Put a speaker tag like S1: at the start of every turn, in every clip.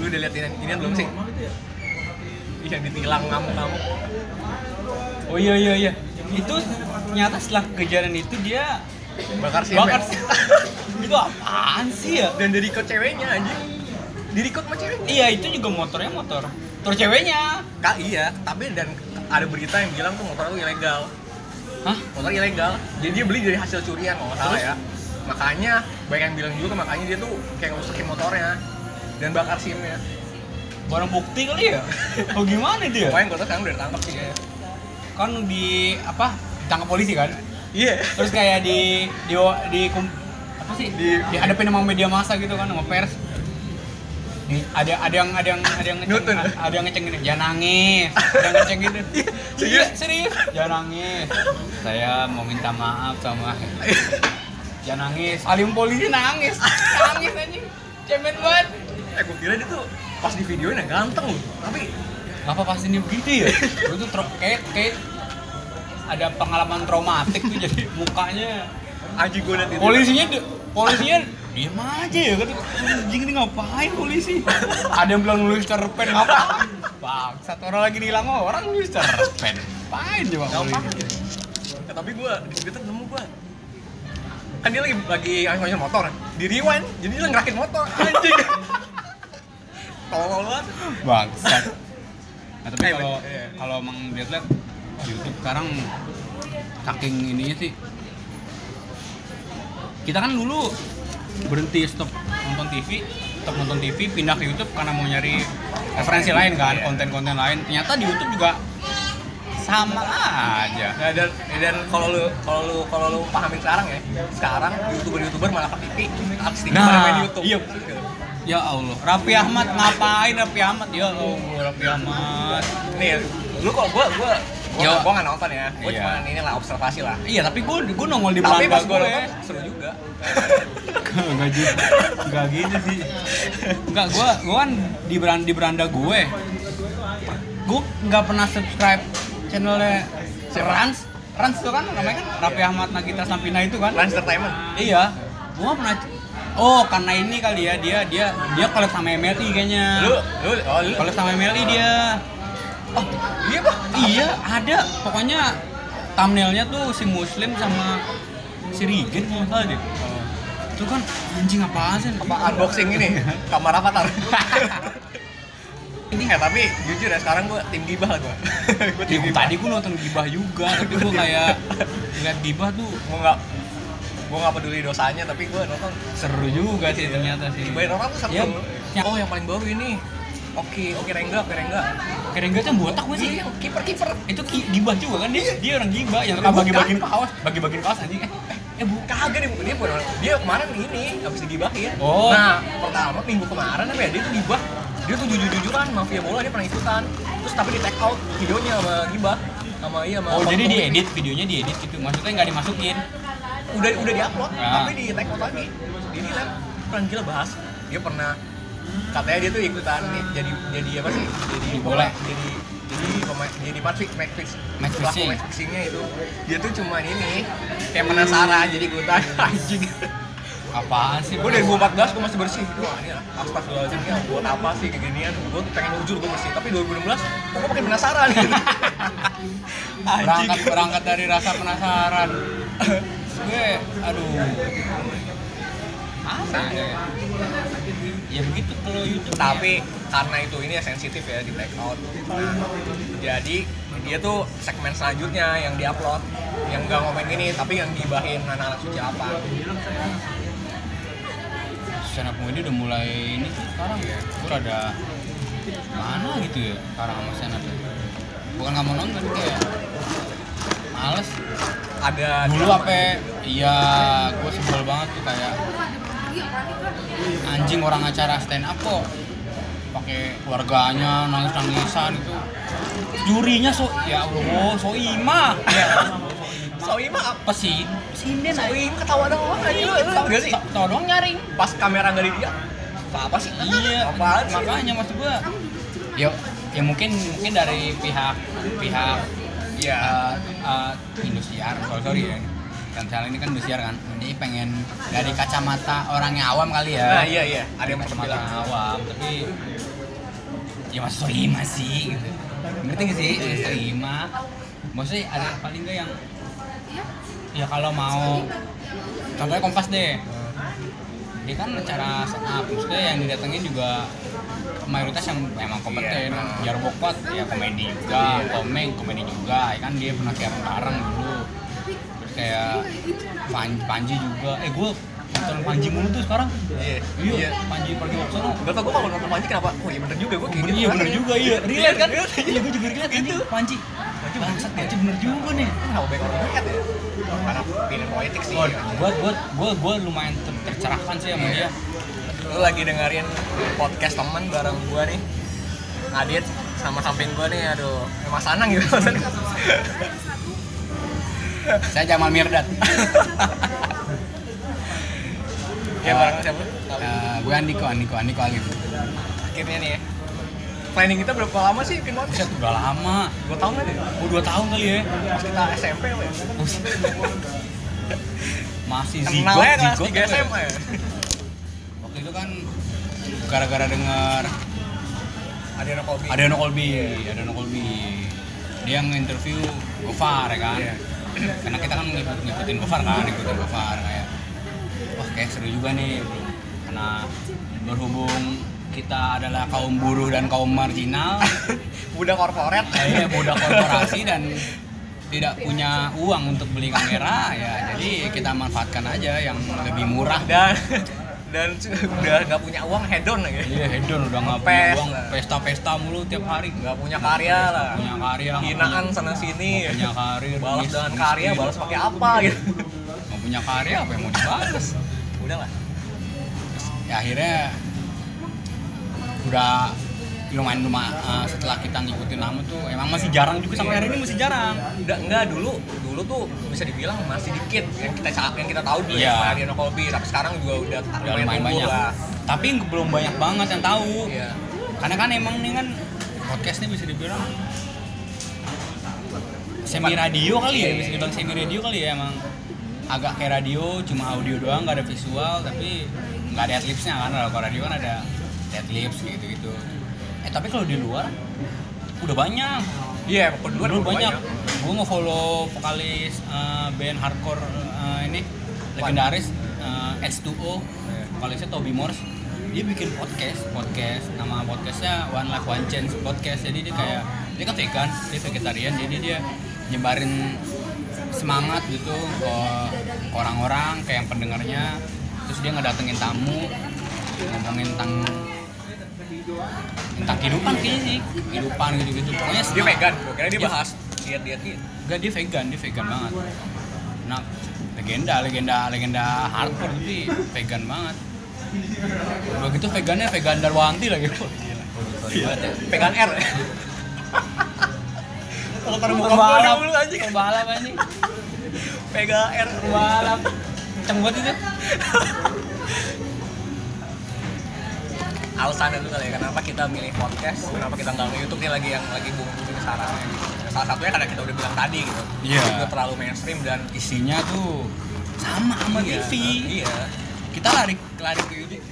S1: Lu udah lihat ini inian belum sih? Ih, ya. Yang ditilang ngamuk-ngamuk.
S2: Oh iya iya iya. Itu nyata setelah kejadian itu dia
S1: Bakar sih.
S2: bakar itu apaan sih ya?
S1: Dan dari record ceweknya anjing. Di record sama cewek.
S2: Iya itu juga motornya motor motor ceweknya.
S1: Kak iya, tapi dan ada berita yang bilang tuh motor lu ilegal.
S2: Hah?
S1: Motor ilegal. Jadi dia beli dari hasil curian kalau nggak salah ya. Makanya banyak yang bilang juga makanya dia tuh kayak ngerusakin motornya dan bakar SIM-nya.
S2: Barang bukti kali ya? Oh gimana dia?
S1: Pokoknya gue tuh sekarang udah ditangkap sih kayaknya.
S2: Kan di apa? Ditangkap polisi kan?
S1: Iya.
S2: Terus kayak di di di kum- apa sih?
S1: Di-
S2: Di, dihadapin sama media massa gitu kan sama pers. Di, ada ada yang ada yang ada yang ngeceng,
S1: Nutun.
S2: ada yang ngeceng gini, jangan nangis. Ada yang ngeceng gitu.
S1: serius?
S2: Iya, serius. Jangan nangis. Saya mau minta maaf sama Jangan nangis. Alim polisi nangis. Nangis anjing. Cemen banget.
S1: eh gue kira dia tuh pas di videoin yang ganteng loh. Tapi
S2: Apa pasti ini begitu ya? Gue tuh tro- kayak kayak ada pengalaman traumatik tuh jadi mukanya
S1: anjing gue liat itu.
S2: polisinya di- polisinya diem aja ya kan anjing ini ngapain polisi ada yang bilang nulis cerpen ngapain bang satu orang lagi hilang orang nulis cerpen ngapain coba
S1: Gampang.
S2: polisi
S1: Ya, tapi gue di Twitter nemu gue kan dia lagi lagi ngomongin motor di rewind jadi dia ngerakit motor anjing tolol banget
S2: bangsat nah, tapi
S1: Eh,
S2: kalau
S1: bet- iya.
S2: kalau emang lihat lihat YouTube sekarang saking ininya sih kita kan dulu berhenti stop nonton TV stop nonton TV pindah ke YouTube karena mau nyari referensi lain kan
S1: Iya.
S2: konten-konten lain ternyata di YouTube juga sama aja
S1: Nah, dan dan kalau lu kalau lu kalau lu pahamin sekarang ya, sekarang youtuber-youtuber malah ke TV, artis TV
S2: Nah,
S1: malah main YouTube.
S2: iya. ya Allah Raffi Ahmad ngapain Raffi Ahmad ya Allah Raffi Ahmad
S1: Nih, lu kalau gua gua gua,
S2: Yo.
S1: gua nggak nonton ya, gua
S2: Iya.
S1: cuma ini lah observasi lah.
S2: iya tapi gue gue nongol di
S1: Tapi
S2: Belanda
S1: pas gua
S2: gue
S1: nonton seru juga.
S2: Enggak gitu. Enggak gitu sih. Enggak gua gua kan di beranda di beranda gue. Gua enggak pernah subscribe channelnya Rans. Rans itu kan namanya kan Raffi Ahmad Nagita Sampina itu kan.
S1: Lunch Entertainment.
S2: Iya. Gua nggak pernah Oh, karena ini kali ya dia dia dia collab sama MLI kayaknya.
S1: Lu lu oh lu.
S2: Collab sama MLI dia.
S1: Oh, iya, Pak.
S2: Iya, ada. Pokoknya thumbnailnya tuh si Muslim sama si Regen kalau nggak salah deh. Itu kan anjing apaan sih?
S1: Apa unboxing ini? Kamar avatar. ini ya, tapi jujur ya sekarang gua tim gibah gua. gua
S2: Ya,
S1: tim
S2: gua-
S1: gibah.
S2: tadi gue nonton gibah juga, tapi gue kayak ngeliat gibah tuh
S1: Gua nggak gua nggak peduli dosanya, tapi gua nonton
S2: seru juga sih ternyata sih.
S1: Banyak orang tuh satu.
S2: Ya, yang-
S1: Oh, yang paling baru ini. Oke, oke Rengga, oke Rengga.
S2: Keren gak yang botak gue sih?
S1: Iya, kiper-kiper.
S2: Itu ki- gibah juga kan dia, dia orang gibah yang
S1: Bukan.
S2: suka bagi-bagiin kaos, bagi-bagiin kaos anjing. Eh, eh bu,
S1: Kagak dia, dia bukan orang- Dia kemarin ini habis digibahin.
S2: Oh.
S1: Nah, pertama minggu kemarin apa ya dia tuh gibah. Dia tuh jujur-jujuran mafia bola dia pernah ikutan. Terus tapi di take out videonya sama gibah sama iya sama
S2: oh jadi
S1: Tom-
S2: diedit videonya diedit gitu, maksudnya nggak dimasukin.
S1: udah udah diupload
S2: Ya.
S1: tapi di take out lagi di delete pernah gila bahas dia pernah katanya dia tuh ikutan nih, jadi jadi apa sih jadi
S2: Jadi bola.
S1: jadi jadi pemain jadi part fix match fix
S2: Match
S1: Pelaku
S2: fixing.
S1: match fixingnya itu dia tuh cuman ini kayak penasaran jadi ikutan anjing
S2: Apaan sih?
S1: gue dari 2014 gue masih bersih wah ini astagfirullahaladzim ya buat apa sih keginian gue tuh pengen jujur gue bersih tapi 2016 kok gue makin penasaran
S2: berangkat berangkat dari rasa penasaran gue aduh apa ya ya begitu kalau YouTube
S1: tapi karena itu ini ya sensitif ya di take out jadi dia tuh segmen selanjutnya yang diupload yang nggak ngomongin ini tapi yang dibahin anak-anak suci apa
S2: ya, stand up comedy udah mulai ini sih sekarang ya gue ada mana gitu ya sekarang sama stand up ya. bukan nggak mau nonton kayak males
S1: ada
S2: dulu
S1: drama.
S2: apa iya gue sebel banget tuh kayak anjing orang acara stand up kok pakai keluarganya nangis nangisan itu jurinya so ya allah so ima
S1: Soima
S2: pesin
S1: sinden Soima ketawa doang aja lu lu tau gak sih
S2: tau dong nyaring
S1: pas kamera nggak di dia apa, apa sih
S2: iya
S1: apaan sih
S2: makanya maksud gua ya ya mungkin mungkin dari pihak pihak
S1: ya
S2: eh, eh, Indosiar sorry sorry ya dan misalnya ini kan Indosiar kan ini pengen dari kacamata orang yang awam kali ya
S1: nah iya iya ada
S2: ada
S1: yang pernah
S2: yang kacamata
S1: bilang
S2: awam tapi ya mas Soima sih gitu ngerti gak sih mas Soima maksudnya ada paling nggak yang ya kalau mau contohnya kompas deh dia kan cara setup maksudnya yang didatengin juga mayoritas yang emang kompeten
S1: Iya.
S2: Jarbokot ya komedi juga komeng komedi juga ya kan dia pernah siaran bareng dulu terus kayak Pan- Panji juga eh gue nonton Panji mulu tuh sekarang
S1: Iya.
S2: iya Panji pergi waktu sana
S1: Gak tau gue kalau nonton Panji kenapa? Oh iya bener juga gue kayak
S2: Bener,
S1: gitu.
S2: iya
S1: kan.
S2: bener juga iya relate kan
S1: Relate.
S2: iya gue juga relate itu Panji
S1: Panji bener
S2: bangsat
S1: juga.
S2: Panji bener juga nih
S1: Kenapa banyak orang banget ya? Karena pilihan politik sih.
S2: gue gue gue gue lumayan ter- tercerahkan sih sama dia
S1: Lu lagi dengerin podcast temen bareng gue nih. Adit sama samping gue nih, aduh. Eh, Mas Anang gitu. Mas Anang.
S2: saya Jamal Mirdad
S1: ya
S2: Ah.
S1: bareng siapa? Nah,
S2: Eh, gue Andiko Andiko Andiko Alif
S1: Akhirnya nih ya. Planning kita berapa lama sih bikin
S2: Buset,
S1: podcast?
S2: udah lama
S1: Dua tahun aja.
S2: Oh, dua tahun kali ya.
S1: Pas kita SMP apa ya?
S2: Buset. Masih zigot,
S1: Kenalnya kelas
S2: zigot
S1: 3
S2: apa ya?
S1: SMA ya?
S2: Waktu itu kan gara-gara denger
S1: Ada yang kopi.
S2: ada no Colby, ada no Colby. Dia nginterview Gofar ya kan.
S1: Iya.
S2: Karena kita kan ngikut, ngikutin Gofar kan, ngikutin Gofar kayak wah kayak seru juga nih. Karena berhubung kita adalah kaum buruh dan kaum marginal,
S1: Budak korporat.
S2: saya Ah, iya, budak korporasi dan tidak punya uang untuk beli kamera ya jadi kita manfaatkan aja yang lebih murah
S1: dan dan udah nggak punya uang hedon lagi
S2: iya hedon udah nggak punya
S1: Ngepes
S2: uang
S1: lah.
S2: pesta-pesta mulu tiap hari nggak
S1: nggak punya karya lah
S2: punya karya nggak
S1: hinaan
S2: punya-
S1: sana sini
S2: nggak punya karir
S1: balas
S2: mis-
S1: dengan karya
S2: miskin.
S1: balas pakai apa gitu
S2: nggak punya karya apa yang mau dibalas
S1: udah lah
S2: ya akhirnya udah lumayan lumayan eh, setelah kita ngikutin lama tuh emang masih jarang juga sampai hari ini masih jarang
S1: udah enggak dulu dulu tuh bisa dibilang masih dikit yang kita yang kita tahu dulu
S2: Iya.
S1: ya Mariano Colby tapi sekarang juga udah
S2: udah lumayan
S1: tumbuh
S2: banyak
S1: lah
S2: tapi belum banyak banget yang tahu
S1: Iya.
S2: karena kan emang nih kan podcast ini bisa dibilang semi radio kali ya bisa dibilang semi radio kali ya emang agak kayak radio cuma audio doang nggak ada visual tapi nggak ada adlibsnya kan kalau kalau radio kan ada adlibs gitu gitu eh tapi kalau di luar udah banyak
S1: iya emang kedua
S2: dulu banyak, gue nge-follow vokalis eh, band hardcore eh, ini legendaris eh, H2O vokalisnya Toby Morse dia bikin podcast podcast nama podcastnya One Life One Chance podcast jadi dia kayak dia kan vegan dia vegetarian jadi dia nyebarin semangat gitu ke ke orang-orang kayak yang pendengarnya terus dia ngedatengin tamu ngomongin tentang tentang kehidupan kayaknya sih kehidupan gitu-gitu pokoknya
S1: dia
S2: semangat.
S1: vegan gua kira dia
S2: Iya.
S1: bahas diet diet gitu
S2: Enggak dia vegan, dia
S1: Ah,
S2: vegan banget. Nah, legenda, legenda, legenda hardcore tapi vegan banget. Udah gitu vegannya vegan Darwanti lagi. Wah, Gila. Sorry banget ya.
S1: vegan R ya kalau taruh muka gua
S2: Pembalap,
S1: dulu anjing
S2: pembalap anjing,
S1: vegan R
S2: pembalap. Kenceng banget itu.
S1: alasan itu kali ya kenapa kita milih podcast kenapa kita nggak ke YouTube nih lagi yang lagi booming sekarang salah satunya karena kita udah bilang tadi gitu
S2: Iya.
S1: Itu terlalu mainstream dan
S2: Isinya tuh sama sama
S1: Iya,
S2: TV.
S1: iya
S2: Kita lari lari ke YouTube.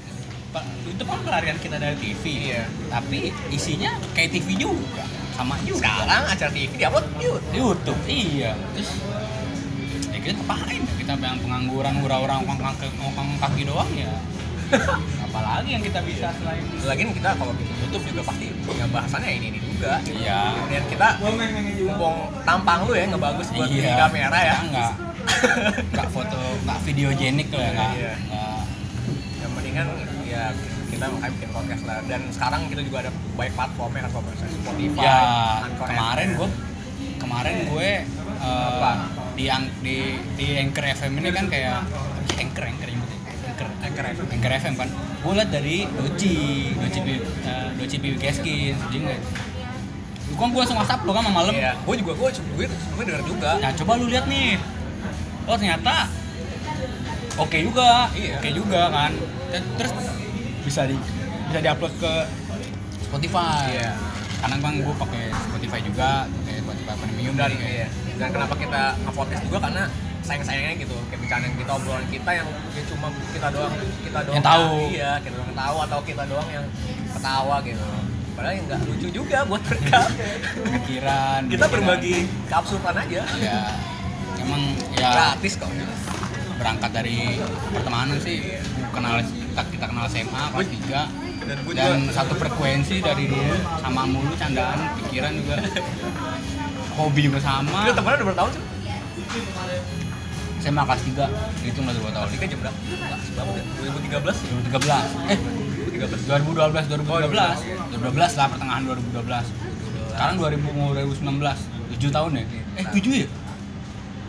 S2: Pa- Itu kan pelarian kita dari TV.
S1: Iya.
S2: Tapi isinya kayak TV juga. Sama juga.
S1: sekarang acara TV diupload di YouTube
S2: di YouTube iya terus ya kita ngapain kita yang pengangguran hura-hura ngokang kaki, ngokang kaki doang ya apalagi yang kita bisa selain
S1: lagian kita kalau bikin YouTube juga pasti ya bahasannya ini ini juga gitu.
S2: iya
S1: kemudian kita mumpung tampang lu ya ngebagus buat di
S2: iya
S1: kamera ya
S2: Kita nggak nggak foto nggak videogenik lah ya, nggak
S1: Iya.
S2: nggak
S1: yang mendingan ya kita makanya bikin podcast lah dan sekarang kita juga ada baik platformnya kan platformnya Spotify
S2: ya
S1: Anchor
S2: kemarin gue kemarin gue eh,
S1: Apa?
S2: di ang di di anchor FM ini kan kayak anchor anchor nyebutnya anchor
S1: Anchor FM.
S2: anchor FM kan gue liat dari Doci Doci Pi eh, Doci Pi Keskin jadi nggak kan gue langsung whatsapp lo kan sama malam
S1: Iya, gue juga gue gue gue denger juga
S2: nah coba lu lihat nih oh ternyata oke juga
S1: Iya.
S2: oke juga kan Ter- terus bisa di bisa diupload ke Spotify
S1: Iya.
S2: karena bang gue pakai Spotify juga pakai Spotify premium
S1: dan
S2: jadi kayak-
S1: iya. dan kenapa kita nge-podcast juga karena sayang-sayangnya gitu kayak bercanda kita obrolan kita yang ya cuma kita doang kita doang
S2: Yang tahu.
S1: iya kita doang yang tahu atau kita doang yang ketawa gitu padahal yang nggak lucu juga buat mereka
S2: pikiran
S1: kita
S2: pikiran.
S1: berbagi keabsurdan aja
S2: ya emang ya
S1: gratis kok
S2: berangkat dari pertemanan sih kenal kita, kita kenal SMA kelas tiga
S1: dan gue juga
S2: dan satu frekuensi dari dulu sama mulu candaan pikiran juga hobi juga sama
S1: kita temennya udah berapa tahun sih
S2: SMA kelas tiga itu nggak dua tahun
S1: Dika kan jam berapa? ya? Kelas berapa deh? 2013
S2: 2013 eh
S1: 2013
S2: 2012 2013 2012 lah pertengahan 2012 sekarang 2000 mau 2019 7 tahun ya eh 7 ya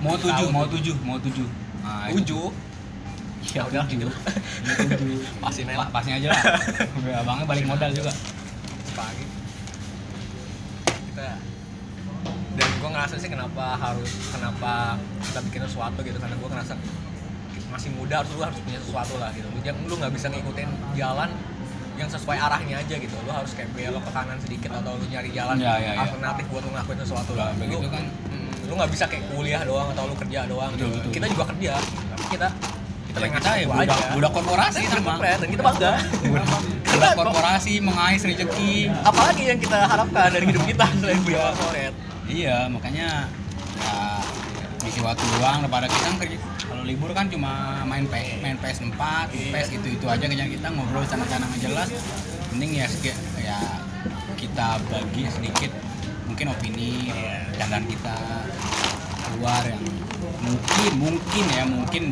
S2: mau 7 mau 7 mau 7 nah, itu.
S1: Uju
S2: ya udah
S1: gitu.
S2: tujuh
S1: Pasin aja.
S2: Pa- pasin aja lah udah abangnya balik modal juga
S1: pagi kita dan gue ngerasa sih kenapa harus kenapa kita bikin sesuatu gitu karena gue ngerasa masih muda harus lu harus punya sesuatu lah gitu lu jangan lu nggak bisa ngikutin jalan yang sesuai arahnya aja gitu lu harus kayak belok ke kanan sedikit atau lu nyari jalan
S2: Ya, ya, ya.
S1: alternatif buat lu ngelakuin sesuatu lah
S2: Nah, begitu
S1: Lu-
S2: kan.
S1: mm, lu nggak bisa kayak kuliah doang atau lu kerja doang
S2: Betul,
S1: gitu.
S2: betul.
S1: kita juga kerja tapi kita kita pengen
S2: ya kita ya
S1: sesuatu
S2: budak,
S1: aja.
S2: budak korporasi
S1: Kita
S2: sama
S1: keren dan kita bangga
S2: budak, budak korporasi mengais rezeki
S1: apalagi yang kita harapkan dari hidup kita selain punya favorit
S2: iya makanya ya misi waktu luang daripada kita kan kerja kalau libur kan cuma main PS main PS4 PS gitu itu aja kerjaan kita ngobrol sana sana nggak jelas mending ya seki- ya kita bagi sedikit mungkin opini candaan kita keluar yang mungkin mungkin ya mungkin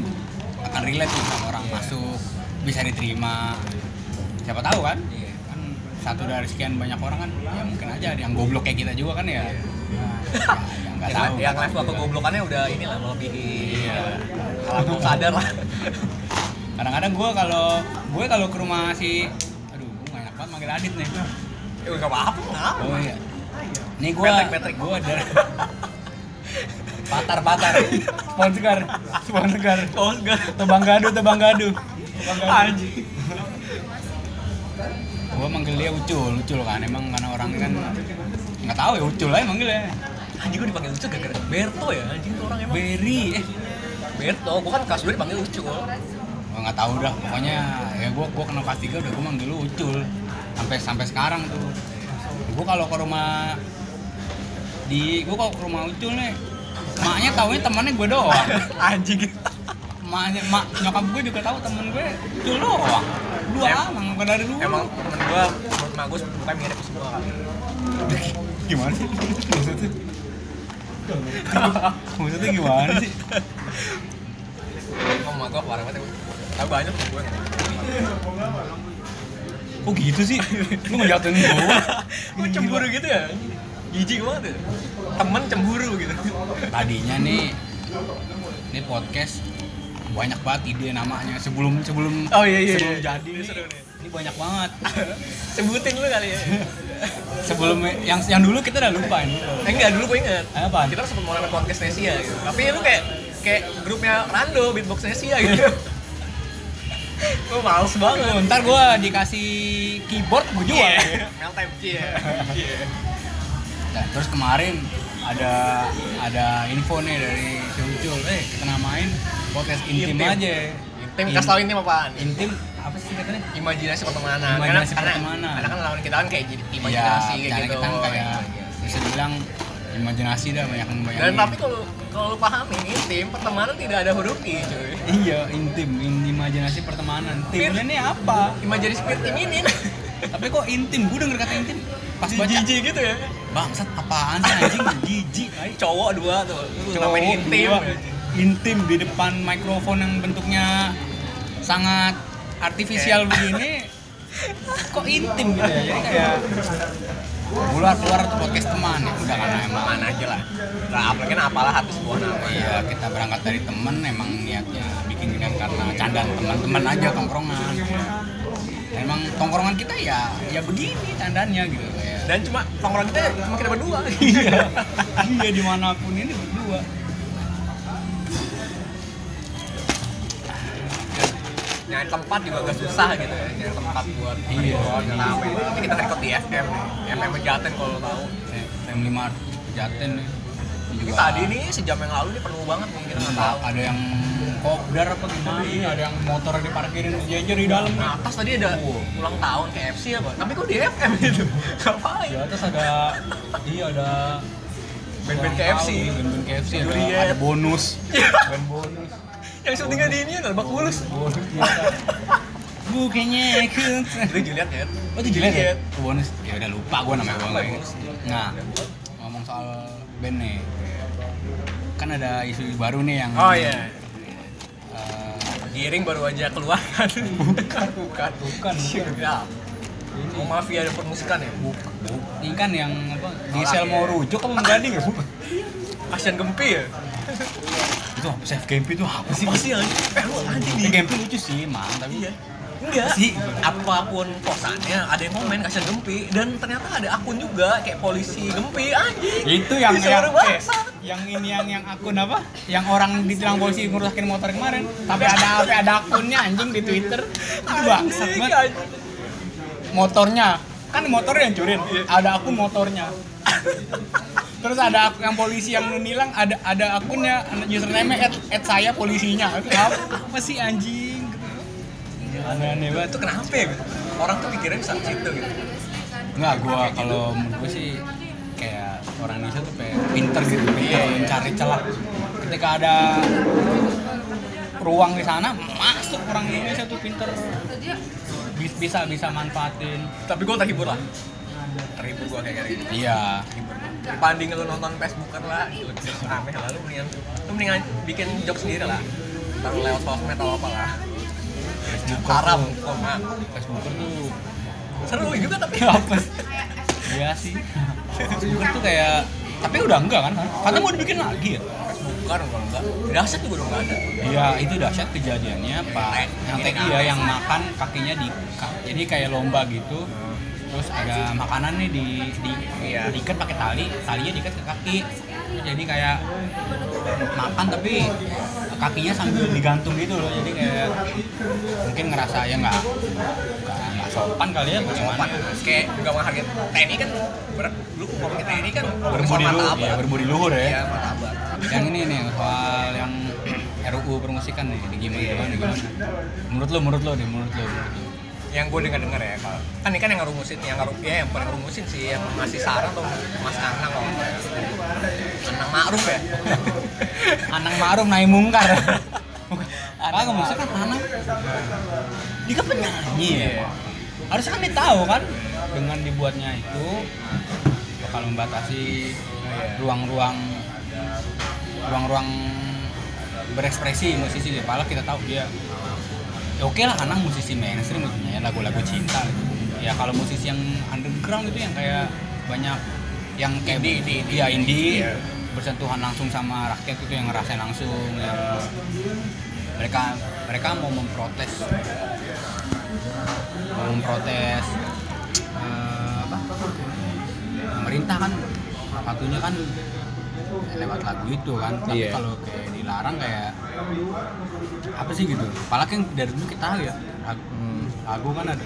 S2: akan relate nih sama orang masuk bisa diterima siapa tahu kan
S1: Iya.
S2: kan satu dari sekian banyak orang kan ya mungkin aja ada yang goblok kayak kita juga kan ya yang nggak tahu
S1: Iya. yang, yang level kegoblokannya udah inilah melebihi
S2: Iya.
S1: alam sadar lah
S2: kadang-kadang gue kalau gue kalau ke rumah si aduh gue gak enak banget manggil Adit nih
S1: ya nggak apa-apa kenapa
S2: oh iya nih gue
S1: Patrick, Patrick.
S2: gue dari patar patar sponsor sponsor
S1: oh enggak
S2: tebang gaduh tebang gaduh tebang gaduh
S1: anjing
S2: gue manggil dia ucul ucul kan emang karena orang kan nggak tahu ya ucul aja manggilnya
S1: anjing gue dipanggil lucu gara-gara Berto ya anjing tuh orang emang
S2: Berry eh
S1: Berto gue kan kelas 2 dipanggil lucu
S2: Gua nggak tahu dah pokoknya ya gua gua kenal kelas tiga udah gua manggil lu ucul sampai sampai sekarang tuh gua kalau ke rumah di gua kalau ke rumah ucul nih maknya taunya temannya gua doang
S1: anjing
S2: maknya mak nyokap gua juga tahu temen gue ucul doang dua
S1: Em-
S2: orang bukan dari dulu
S1: emang temen gue menurut mak gue bukan mirip semua kali
S2: gimana sih maksudnya maksudnya gimana sih
S1: oh mak gue parah banget tapi banyak gue
S2: oh gitu sih lu ngejatuhin gua
S1: gue cemburu gitu ya jijik banget ya temen cemburu gitu
S2: tadinya nih ini podcast banyak banget ide namanya sebelum sebelum
S1: oh iya iya iya.
S2: sebelum jadi nih, ini banyak banget
S1: sebutin lu kali ya
S2: sebelum yang yang dulu kita udah lupa ini
S1: Eh, enggak dulu gue inget
S2: apa
S1: kita sempat mau nonton podcast Nesia gitu tapi lu kayak kayak grupnya Rando beatbox Nesia gitu gue males banget
S2: Aduh, ntar gua dikasih keyboard gua ya? jual
S1: Iya. Mel time Iya. Iya.
S2: Nah, terus kemarin ada ada info nih dari si Ucul eh kita namain podcast intim,
S1: Intim.
S2: aja
S1: tim
S2: In-
S1: kasih tauin tim apaan
S2: intim apa sih katanya
S1: imajinasi pertemanan
S2: Imajinasi
S1: karena,
S2: pertemanan.
S1: karena, karena kan lawan kita kan kayak jadi imajinasi
S2: Iya,
S1: kayak
S2: cara
S1: gitu
S2: kita kan kayak bisa bilang imajinasi dah banyak banyak
S1: dan tapi kalau kalau lu pahami tim pertemanan tidak ada huruf i cuy
S2: Iya, intim, in- imajinasi pertemanan. Timnya nih apa?
S1: imajinasi spirit tim ini
S2: Tapi kok intim? Gue denger kata intim pas baca
S1: jijik gitu ya
S2: bangsat apaan sih anjing jijik. ai.
S1: cowok dua tuh lu
S2: Cowok
S1: namain intim
S2: gua intim di depan mikrofon yang bentuknya sangat artifisial begini kok intim gitu ya
S1: Iya.
S2: jadi kayak keluar keluar tuh podcast teman ya udah karena emang
S1: mana aja lah nah apalagi kan apalah hati sebuah nama
S2: Iya, kita berangkat dari temen emang niatnya bikin kan karena candaan teman-teman aja tongkrongan. Emang tongkrongan kita ya ya begini candaannya gitu kayak.
S1: dan cuma tongkrong kita cuma kita berdua
S2: Iya, iya dimanapun ini berdua.
S1: nyari tempat juga agak susah gitu ya nyari tempat buat
S2: Iya.
S1: nongkrong, nggak rame tapi kita kan ikut di FM nih FM Jaten kalau tahu
S2: Family Mart Jaten nih. Ini
S1: ini
S2: juga
S1: tadi nih sejam yang lalu nih penuh banget nih kita nggak tahu
S2: ada yang kopdar apa gimana ini ada yang motor diparkirin jejer di dalam
S1: Nah, atas tadi ada ulang tahun KFC apa? Tapi kok di FM itu?
S2: di
S1: Ngapain?
S2: atas ada iya ada
S1: Band-band
S2: ulang
S1: KFC.
S2: tahun, band-band KFC ada,
S1: Durian.
S2: ada bonus band bonus
S1: Yang syutingnya di ini ada Bak Mulus.
S2: bonus di atas. bukannya ikut
S1: Itu Juliet ya?
S2: oh itu Juliet ya bonus ya udah lupa gue namanya gue
S1: Apa ya, bonus?
S2: nah ngomong soal band nih kan ada isu baru nih yang
S1: Oh iya.
S2: eh,
S1: Giring baru aja keluar kan? Bukan, bukan.
S2: Bukan, bukan.
S1: Ya. Mau mafia ada permusikan ya?
S2: Ini kan yang apa?
S1: ya.
S2: Diesel mau rujuk apa menggading ya? Bu?
S1: Kasian Gempi ya?
S2: Itu apa Chef Gempi itu apa sih?
S1: Apa sih anjing? Eh lu anjing
S2: Chef
S1: nih.
S2: Gempi lucu sih, Mang, tapi
S1: Iya. Enggak.
S2: Sih.
S1: apapun posannya ada yang komen kasihan Gempi dan ternyata ada akun juga kayak polisi Gempi anjing.
S2: itu yang yang,
S1: disuruh
S2: eh,
S1: bangsa.
S2: yang ini yang yang akun apa? Yang orang ditilang polisi ngerusakin motor kemarin. Tapi ada tapi ada akunnya anjing di Twitter.
S1: eh,
S2: Itu bangsat
S1: Iya. Anjing,
S2: banget.
S1: anjing.
S2: Motornya kan motornya yang curin. Ada akun motornya. Terus ada akun yang polisi yang nilang ada ada akunnya username at, at saya polisinya. Apa, apa sih anjing? Aneh-aneh banget.
S1: Itu kenapa ya? gitu? Orang tuh pikirnya bisa ke situ gitu.
S2: Enggak, gua kalau menurut gua sih kayak orang Indonesia tuh kayak pinter gitu, pinter mencari celah. Ketika ada ruang di sana, masuk orang Indonesia tuh pinter Bis- bisa bisa manfaatin.
S1: Tapi gue terhibur lah. Terhibur gue kayak gini.
S2: Iya.
S1: Dibanding lu nonton Facebooker lah, itu aneh lah lu mendingan lu mendingan bikin joke sendiri lah. Taruh lewat sosmed atau apa lah. Haram, koma.
S2: Facebooker tuh
S1: Seru juga tapi
S2: apa sih? Iya sih. Facebooker tuh kayak tapi udah enggak kan? Karena mau dibikin lagi ya.
S1: Bukan kalau enggak. Dahsyat juga udah enggak ada.
S2: Iya, itu dahsyat kejadiannya Pak. Yang tadi ya yang makan kakinya di jadi kayak lomba gitu. Terus ada makanan nih di di
S1: Iya.
S2: diikat pakai tali, talinya diikat ke kaki. Terus Jadi kayak makan tapi kakinya sambil digantung gitu loh. Jadi kayak mungkin ngerasa ya nggak nggak- nggak sopan kali ya
S1: Sopan.
S2: gimana?
S1: Kayak enggak menghargai TNI kan ber- dulu komponen TNI kan
S2: Berbudi
S1: soal
S2: luhur,
S1: martabat.
S2: ya, berbudi luhur
S1: Iya,
S2: ya.
S1: martabat.
S2: Yang ini nih soal yang RUU permusikan nih, gimana gimana gimana. kan, Menurut lo, menurut lo nih, menurut lo, menurut lo.
S1: yang gue dengar dengar ya kalau kan ini kan yang ngerumusin yang ngerum ya yang paling ngerumusin sih yang ngasih saran tuh mas Anang kalau nggak salah. Anang Ma'ruf ya
S2: Anang Ma'ruf naik mungkar. Anang maksudnya kan Anang. Dia kan penyanyi ya. Harusnya kan dia tahu kan dengan dibuatnya itu bakal membatasi ruang-ruang ruang-ruang berekspresi musisi dia Padahal kita tahu dia ya oke lah Anang musisi mainstream gitu ya lagu-lagu cinta gitu. ya kalau musisi yang underground gitu yang kayak banyak yang kayak di di ya indie
S1: Iya.
S2: bersentuhan langsung sama rakyat itu yang ngerasain langsung yang mereka mereka mau memprotes mau memprotes eh, apa pemerintah kan salah satunya kan lewat lagu itu kan tapi
S1: Iya.
S2: kalau kayak dilarang kayak apa sih gitu apalagi yang dari dulu kita tahu ya lagu, lagu kan ada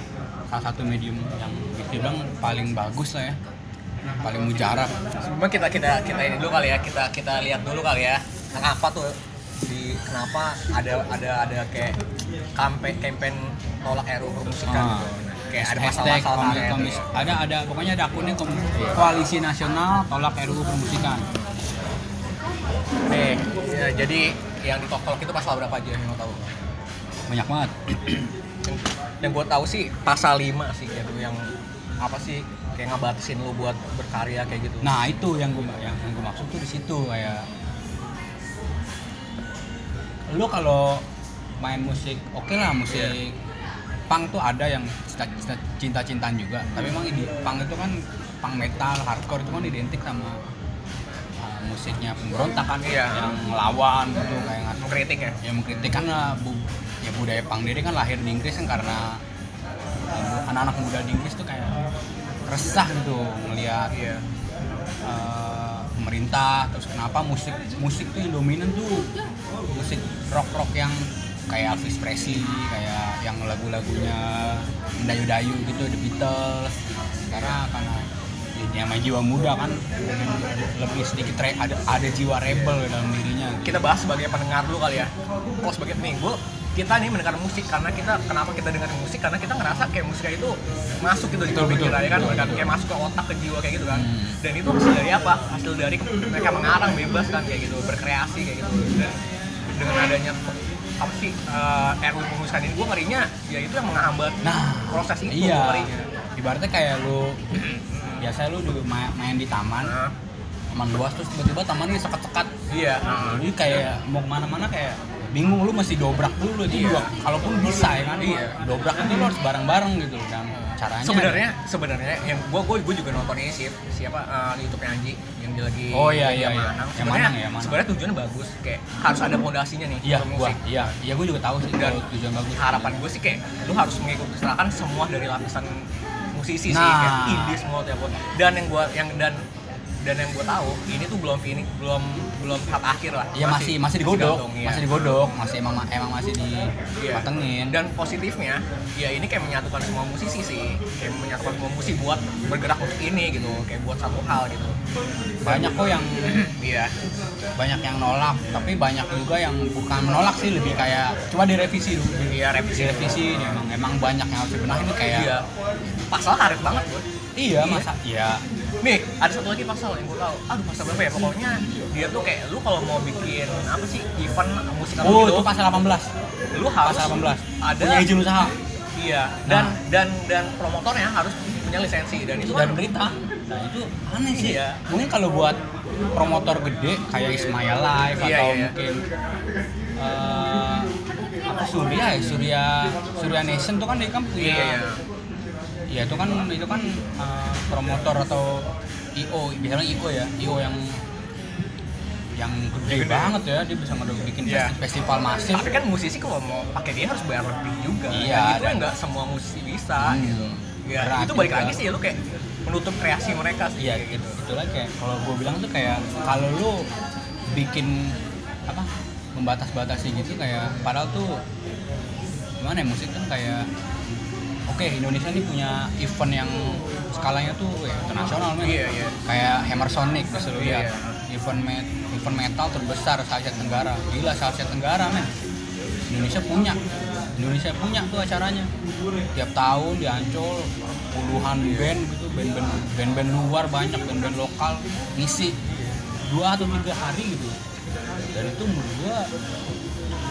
S2: salah satu medium yang dibilang paling bagus lah ya paling mujarab
S1: sebelumnya kita kita kita ini dulu kali ya kita kita lihat dulu kali ya kenapa tuh di kenapa ada ada ada kayak kampen kampen nolak RUU permusikan
S2: Ah.
S1: gitu. kayak ada
S2: Hashtag
S1: masalah-masalah gitu ya.
S2: komis,
S1: tarian.
S2: komis. ada ada pokoknya ada akunnya kom- koalisi nasional tolak RUU permusikan
S1: nih ya, jadi yang di Tokolok itu pasal berapa aja yang lo tahu
S2: banyak banget
S1: yang, yang gue tahu sih pasal 5 sih gitu yang apa sih kayak ngebatasin lu buat berkarya kayak gitu
S2: nah itu yang gue yang, yang gua maksud tuh di situ kayak lu kalau main musik oke lah musik
S1: Iya.
S2: punk tuh ada yang cita-cita- cinta-cintaan juga tapi emang di punk itu kan punk metal hardcore itu kan identik sama uh, musiknya pemberontakan
S1: Iya.
S2: yang melawan gitu kayak ngasih
S1: mengkritik ya
S2: ya mengkritik kan uh, bu- ya budaya punk sendiri kan lahir di Inggris kan karena uh, anak-anak muda di Inggris tuh kayak resah gitu melihat
S1: iya
S2: uh, pemerintah terus kenapa musik musik tuh yang dominan tuh musik rock rock yang kayak Elvis Presley kayak yang lagu-lagunya mendayu-dayu gitu The Beatles karena karena ya namanya jiwa muda kan lebih sedikit re- ada ada jiwa rebel dalam dirinya
S1: kita bahas sebagai pendengar dulu kali ya oh sebagai nih gua- kita nih mendengar musik karena kita kenapa kita dengar musik karena kita ngerasa kayak musik itu masuk gitu di
S2: Betul,
S1: kuping
S2: betul,
S1: kita ya kan
S2: betul,
S1: Dan
S2: betul.
S1: kayak masuk ke otak ke jiwa kayak gitu kan
S2: Hmm.
S1: dan itu hasil dari apa hasil dari mereka mengarang bebas kan kayak gitu berkreasi kayak gitu dan dengan adanya apa sih eh, RW memutuskan ini gue ngerinya ya itu yang menghambat
S2: nah
S1: proses itu
S2: iya
S1: gua ngerinya
S2: ibaratnya kayak lu biasa lu dulu ma- main di taman
S1: Nah,
S2: taman luas terus tiba-tiba tamannya sekat-sekat
S1: iya nah,
S2: jadi kayak mau kemana-mana kayak bingung lu mesti dobrak dulu itu
S1: Iya.
S2: juga kalaupun bisa ya kan
S1: Iya.
S2: dobrak itu lu harus bareng-bareng gitu dan caranya
S1: sebenarnya sebenarnya yang gua gua gua juga nonton ini sih siapa eh, di YouTube Anji yang dia lagi
S2: Oh, iya,
S1: dia
S2: iya, iya.
S1: Manang.
S2: Yang
S1: sebenarnya
S2: Manang, ya, Manang.
S1: sebenarnya tujuannya bagus kayak harus ada fondasinya nih
S2: iya
S1: untuk
S2: gua
S1: musik.
S2: iya iya gua juga tahu sih
S1: Dan
S2: kalau tujuan bagus
S1: harapan gue sih kayak lu harus mengikuti serahkan semua dari lapisan musisi sih
S2: Nah.
S1: kayak indie semua tiap dan yang gua yang dan dan yang gue tahu ini tuh belum ini belum belum tahap akhir lah
S2: Iya masih masih digodok,
S1: gantung, iya.
S2: masih digodok, masih emang emang masih
S1: Iya.
S2: dipatengin.
S1: dan positifnya ya ini kayak menyatukan semua musisi sih kayak menyatukan semua musisi buat bergerak untuk ini gitu kayak buat satu hal gitu
S2: banyak kok yang
S1: iya
S2: banyak yang nolak, tapi banyak juga yang bukan menolak sih lebih kayak coba direvisi dulu.
S1: iya revisi
S2: Direvisi ini emang emang banyak yang harus dibenahi ini kayak
S1: iya pasal karet banget gue Iya.
S2: iya, masa iya
S1: nih ada satu lagi pasal yang gue tahu aduh pasal berapa ya pokoknya dia tuh kayak lu kalau mau bikin apa sih event musik apa
S2: oh
S1: gitu
S2: itu pasal 18
S1: lu harus
S2: pasal 18
S1: ada
S2: punya izin usaha
S1: iya dan
S2: Nah.
S1: dan dan promotornya harus punya lisensi dan itu
S2: dan
S1: kan
S2: berita nah itu aneh sih
S1: Iya.
S2: mungkin kalau buat promotor gede kayak Ismail Live
S1: Iya,
S2: atau
S1: iya, iya.
S2: mungkin eh, apa Surya ya Surya Surya Nation tuh kan dia kan punya
S1: iya
S2: ya itu kan itu kan eh, promotor atau IO biasanya IO ya IO yang yang gede,
S1: Gede.
S2: banget ya dia bisa ngedong bikin
S1: Iya.
S2: festi- festival masif
S1: tapi kan musisi kalau mau pakai dia harus bayar lebih juga
S2: Iya,
S1: dan itu
S2: dan-
S1: kan nggak semua musisi bisa
S2: Hmm.
S1: gitu ya
S2: Berat
S1: itu balik
S2: juga.
S1: lagi sih ya lu kayak menutup kreasi mereka sih
S2: Iya
S1: kayak
S2: gitu. Itulah kayak kalau gue bilang tuh kayak kalau lu bikin apa membatas-batasi gitu kayak padahal tuh gimana ya musik kan kayak oke Indonesia ini punya event yang skalanya tuh ya, internasional men.
S1: iya iya
S2: Kayak Hammer Sonic bisa lu
S1: Iya.
S2: lihat. Event met- event metal terbesar se Asia Tenggara. Gila se Asia Tenggara men. Indonesia punya. Indonesia punya tuh acaranya. Tiap tahun di Ancol puluhan band gitu, band-band band-band luar banyak, band-band lokal ngisi dua atau tiga hari gitu. Dan itu menurut gua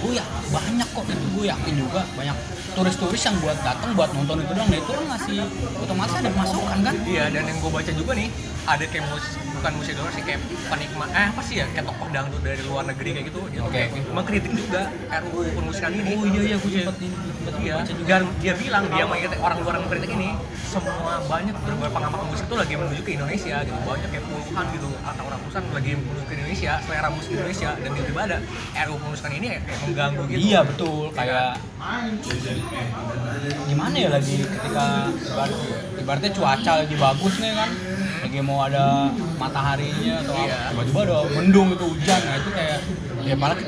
S2: gue ya banyak kok itu gue yakin juga banyak turis-turis yang buat datang buat nonton itu doang dan itu kan masih otomatis ada pemasukan kan
S1: Iya, dan yang gue baca juga nih ada kayak mus- bukan musik luar sih kayak penikmat eh apa sih ya kayak tokoh dangdut dari luar negeri kayak gitu dia tuh
S2: Oke,
S1: kayak
S2: oke.
S1: mengkritik juga RUU permusikan ini
S2: oh iya iya gue sempet sempet
S1: Iya,
S2: baca juga
S1: dan dia bilang dia mengkritik orang luar mengkritik ini semua banyak berbagai pengamat musik itu lagi menuju ke Indonesia gitu banyak kayak puluhan gitu atau ratusan lagi menuju ke Indonesia selera musik Indonesia dan tiba-tiba ada RUU permusikan ini ya kayak mengganggu gitu
S2: Iya betul, kayak gimana ya lagi ketika ibarat- ibaratnya cuaca lagi bagus nih kan, lagi mau ada mataharinya atau apa,
S1: Iya.
S2: tiba-tiba ada mendung itu hujan, nah itu kayak ya malah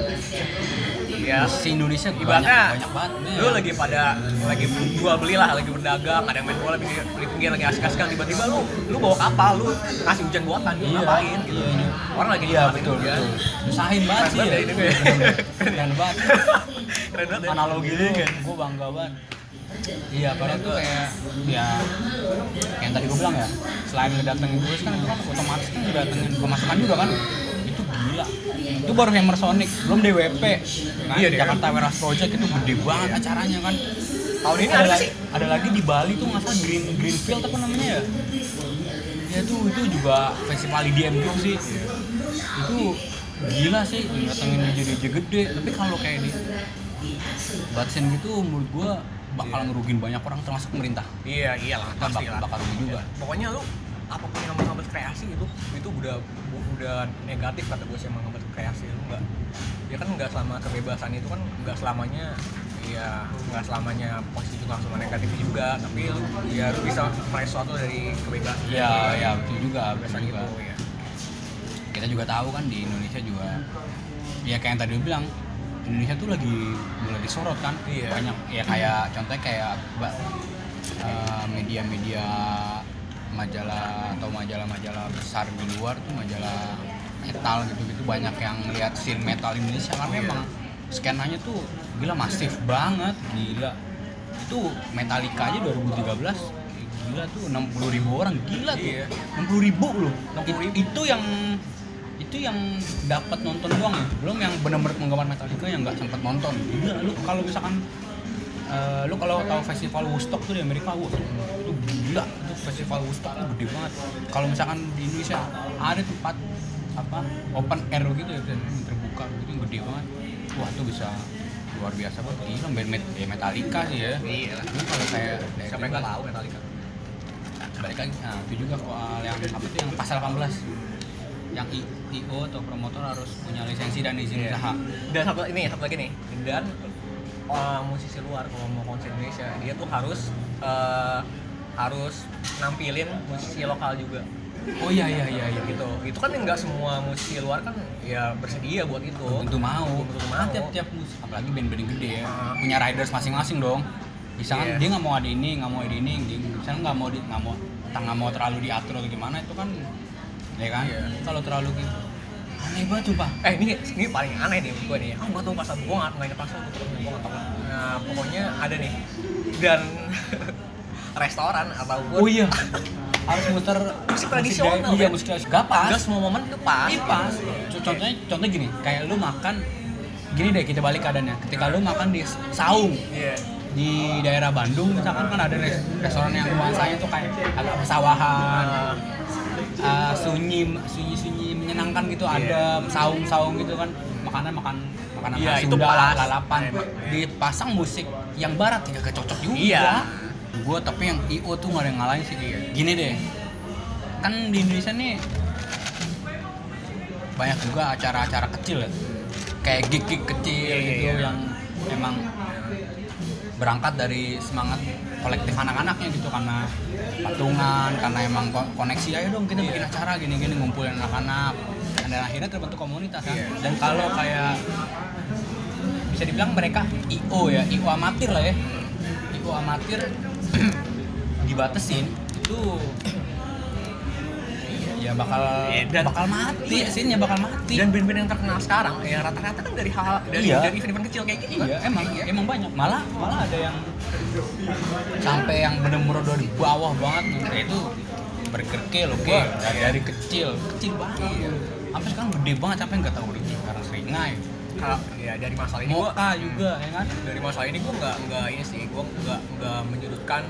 S1: Iya.
S2: si Indonesia
S1: ibaratnya
S2: banyak, banyak banget.
S1: lu lagi pada lagi jual beli lah lagi berdagang ada yang main bola lagi beli pinggir lagi asik-asikan tiba-tiba lu lu bawa kapal lu kasih hujan buatan lu
S2: Iya,
S1: ngapain gitu
S2: iya.
S1: orang lagi
S2: Iya
S1: nikmatin
S2: betul
S1: hujan.
S2: betul. Nusahin banget
S1: Keren
S2: sih.
S1: banget
S2: ya.
S1: ya ini gue.
S2: Keren banget.
S1: keren banget ya.
S2: Analogi lu, gue bangga banget. Iya, padahal tuh kayak ya yang tadi gue bilang ya, selain lu datengin gue kan itu kan otomatis kan lu datengin pemasukan juga kan itu gila itu baru Hammer Sonic belum DWP kan?
S1: Iya, DWP.
S2: Jakarta Warehouse Project itu gede banget acaranya kan
S1: tahun ini ada
S2: lagi,
S1: sih
S2: ada lagi di Bali tuh nggak salah Green Greenfield apa namanya ya ya tuh itu juga festival IDM gitu sih itu gila sih datengin DJ DJ gede tapi kalau kayak di Batsen gitu menurut gua bakal ngerugin banyak orang termasuk pemerintah
S1: iya iyalah pasti
S2: bakal,
S1: lah
S2: bakal rugi juga
S1: pokoknya lu apapun yang menghambat kreasi itu itu udah udah negatif kata gue sih menghambat kreasi lu nggak ya kan nggak selama kebebasan itu kan nggak selamanya ya nggak selamanya positif langsung negatif juga tapi lu ya lu bisa meraih sesuatu dari kebebasan
S2: ya ya betul juga betul
S1: kebebasan
S2: juga
S1: itu ya
S2: kita juga tahu kan di Indonesia juga ya kayak yang tadi lu bilang Indonesia tuh lagi mulai disorot kan
S1: Iya.
S2: banyak ya kayak contohnya kayak ba- eh, media-media majalah atau majalah-majalah besar di luar tuh majalah metal gitu-gitu banyak yang lihat scene metal Indonesia karena
S1: Iya.
S2: memang skenanya tuh gila masif banget gila itu Metallica aja 2013 gila tuh 60 ribu orang gila tuh
S1: Iya.
S2: 60 ribu loh It- itu yang itu yang dapat nonton doang ya belum yang benar-benar penggemar Metallica yang nggak sempat nonton gila lu kalau misalkan eh, lu kalau tahu festival Woodstock tuh di Amerika wah, itu gila itu festival Woodstock tuh gede banget kalau misalkan di Indonesia ada tempat apa open air gitu ya dan yang terbuka gitu yang gede banget wah itu bisa luar biasa banget gila band Met- ya Metallica sih ya
S1: Iya lah.
S2: Lu kalau kayak
S1: Siapa yang nggak tahu Metallica?
S2: balik lagi nah itu juga soal yang apa tuh yang pasal 18 yang I- IO atau promotor harus punya lisensi dan izin
S1: Iya.
S2: usaha
S1: Dan satu ini satu lagi nih. Dan orang musisi luar kalau mau konser Indonesia dia tuh harus eh, harus nampilin musisi lokal juga.
S2: oh iya iya iya iya
S1: gitu itu kan nggak semua musisi luar kan ya bersedia buat itu
S2: tentu mau
S1: Belum tentu mau.
S2: tiap-tiap musik apalagi band-band yang gede ya
S1: Ah.
S2: punya riders masing-masing dong bisa kan
S1: Iya.
S2: dia nggak mau ada ini nggak mau ada ini dia bisa nggak mau di- nggak mau tak nggak mau terlalu diatur atau gimana itu kan ya kan
S1: Iya.
S2: kalau terlalu gitu aneh banget coba
S1: eh ini ini paling aneh nih menurut gue nih Ah, aku nggak tahu pasal gue nggak nanya pasal gue gue nggak tahu nah pokoknya ada nih dan restoran atau gue
S2: oh iya harus muter musik
S1: tradisional, ya?
S2: daerah. iya
S1: Ben.
S2: musik tradisional gak pas
S1: nggak semua momen itu pas
S2: Ini pas. Co- Contohnya, contoh gini, kayak lu makan gini deh kita balik keadaannya. Ketika lu makan di saung
S1: iya
S2: di daerah Bandung, misalkan kan ada res- restoran yang nuansanya tuh kayak agak
S1: Nah,
S2: pesawahan, eh, sunyi, sunyi sunyi menyenangkan gitu. Ada saung-saung gitu kan, makanan makan makanan
S1: Iya,
S2: khas
S1: itu
S2: Sunda,
S1: pas. Iya,
S2: lalapan.
S1: Enak.
S2: Dipasang musik yang barat ya gak cocok juga.
S1: Iya.
S2: Gue tapi yang IO tuh gak ada yang ngalahin sih. Gini deh, kan di Indonesia nih banyak juga acara-acara kecil ya kayak gig-gig
S1: Iya,
S2: kecil
S1: iya,
S2: gitu
S1: iya.
S2: yang emang berangkat dari semangat kolektif anak-anaknya gitu karena patungan karena emang ko- koneksi ayo dong
S1: Iya.
S2: kita bikin acara gini-gini ngumpulin anak-anak dan akhirnya terbentuk komunitas kan
S1: Iya.
S2: dan kalau kayak bisa dibilang mereka IO ya IO amatir lah ya IO amatir dibatesin itu ya bakal
S1: Iya, dan-
S2: bakal mati scene-nya bakal mati
S1: dan band-band yang terkenal sekarang ya rata-rata kan dari hal dari
S2: Iya.
S1: dari event-event kecil kayak gitu
S2: Iya, emang emang banyak. Malah malah ada yang sampai yang bener-bener dari bawah banget Nah, itu berkerke loh gua dari, dari kecil, kecil banget. Sampai sekarang gede banget sampai nggak tahu Ricky sekarang seringai.
S1: Kalau- ya dari masalah ini gue
S2: Moka juga ya kan.
S1: dari masalah ini gue nggak nggak ini sih gue nggak nggak menyudutkan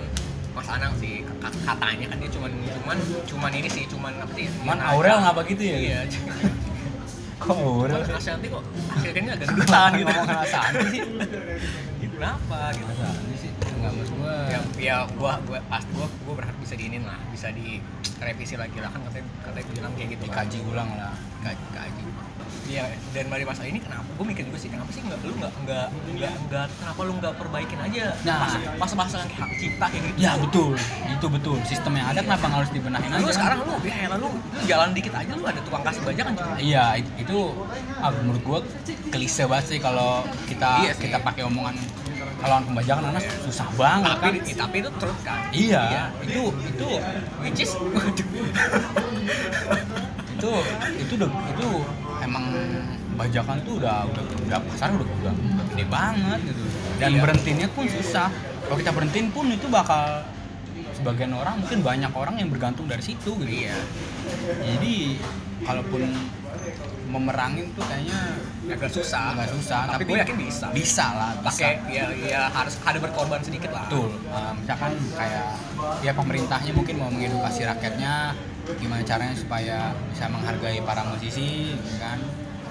S1: Mas Anang sih Ka- katanya kan dia cuman cuman cuman ini sih cuman apa sih ya?
S2: Cuman Aurel ngapa gitu ya?
S1: iya
S2: Kok Aurel?
S1: cuman Ashanti kok akhirnya agak gedutan gitu
S2: Ngomong sama Ashanti sih.
S1: gitu kenapa gitu
S2: Ini sih enggak maksud gua.
S1: ya ya gua gua pas gua gua berharap bisa diinin lah bisa direvisi lagi lah kan katanya katanya bilang kayak gitu kan
S2: Dikaji ulang lah, kaji, kaji.
S1: Iya, dan dari masalah ini kenapa? Gue mikir juga sih, kenapa sih nggak lu nggak nggak nggak nggak kenapa lu nggak perbaikin aja
S2: Nah.
S1: pas pas masalah yang hak cipta kayak gitu.
S2: Ya betul, itu betul. Sistem yang ada kenapa nggak harus dibenahin aja?
S1: lu
S2: kan?
S1: sekarang lu ya elah, lu, lu jalan dikit aja lu ada tukang kasih kan bajakan juga.
S2: Iya, it- itu ah, menurut gua klise banget sih kalau kita
S1: Iya sih.
S2: kita pakai omongan kalau pembajakan anak susah banget kan.
S1: Tapi, tapi itu truth kan.
S2: Iya,
S1: itu itu which is
S2: Itu itu udah itu emang bajakan tuh udah udah udah pasar udah udah udah gede banget gitu. Dan
S1: Iya.
S2: berhentinya pun susah. Kalau kita berhentiin pun itu bakal sebagian orang mungkin banyak orang yang bergantung dari situ gitu.
S1: iya.
S2: Jadi kalaupun memerangin tuh kayaknya
S1: Agak susah.
S2: agak susah.
S1: Tapi, gue yakin bisa.
S2: Bisa lah. bisa.
S1: Pakai ya ya harus ada berkorban sedikit lah.
S2: Betul. Eh, misalkan kayak ya pemerintahnya mungkin mau mengedukasi rakyatnya gimana caranya supaya bisa menghargai para musisi, gitu kan?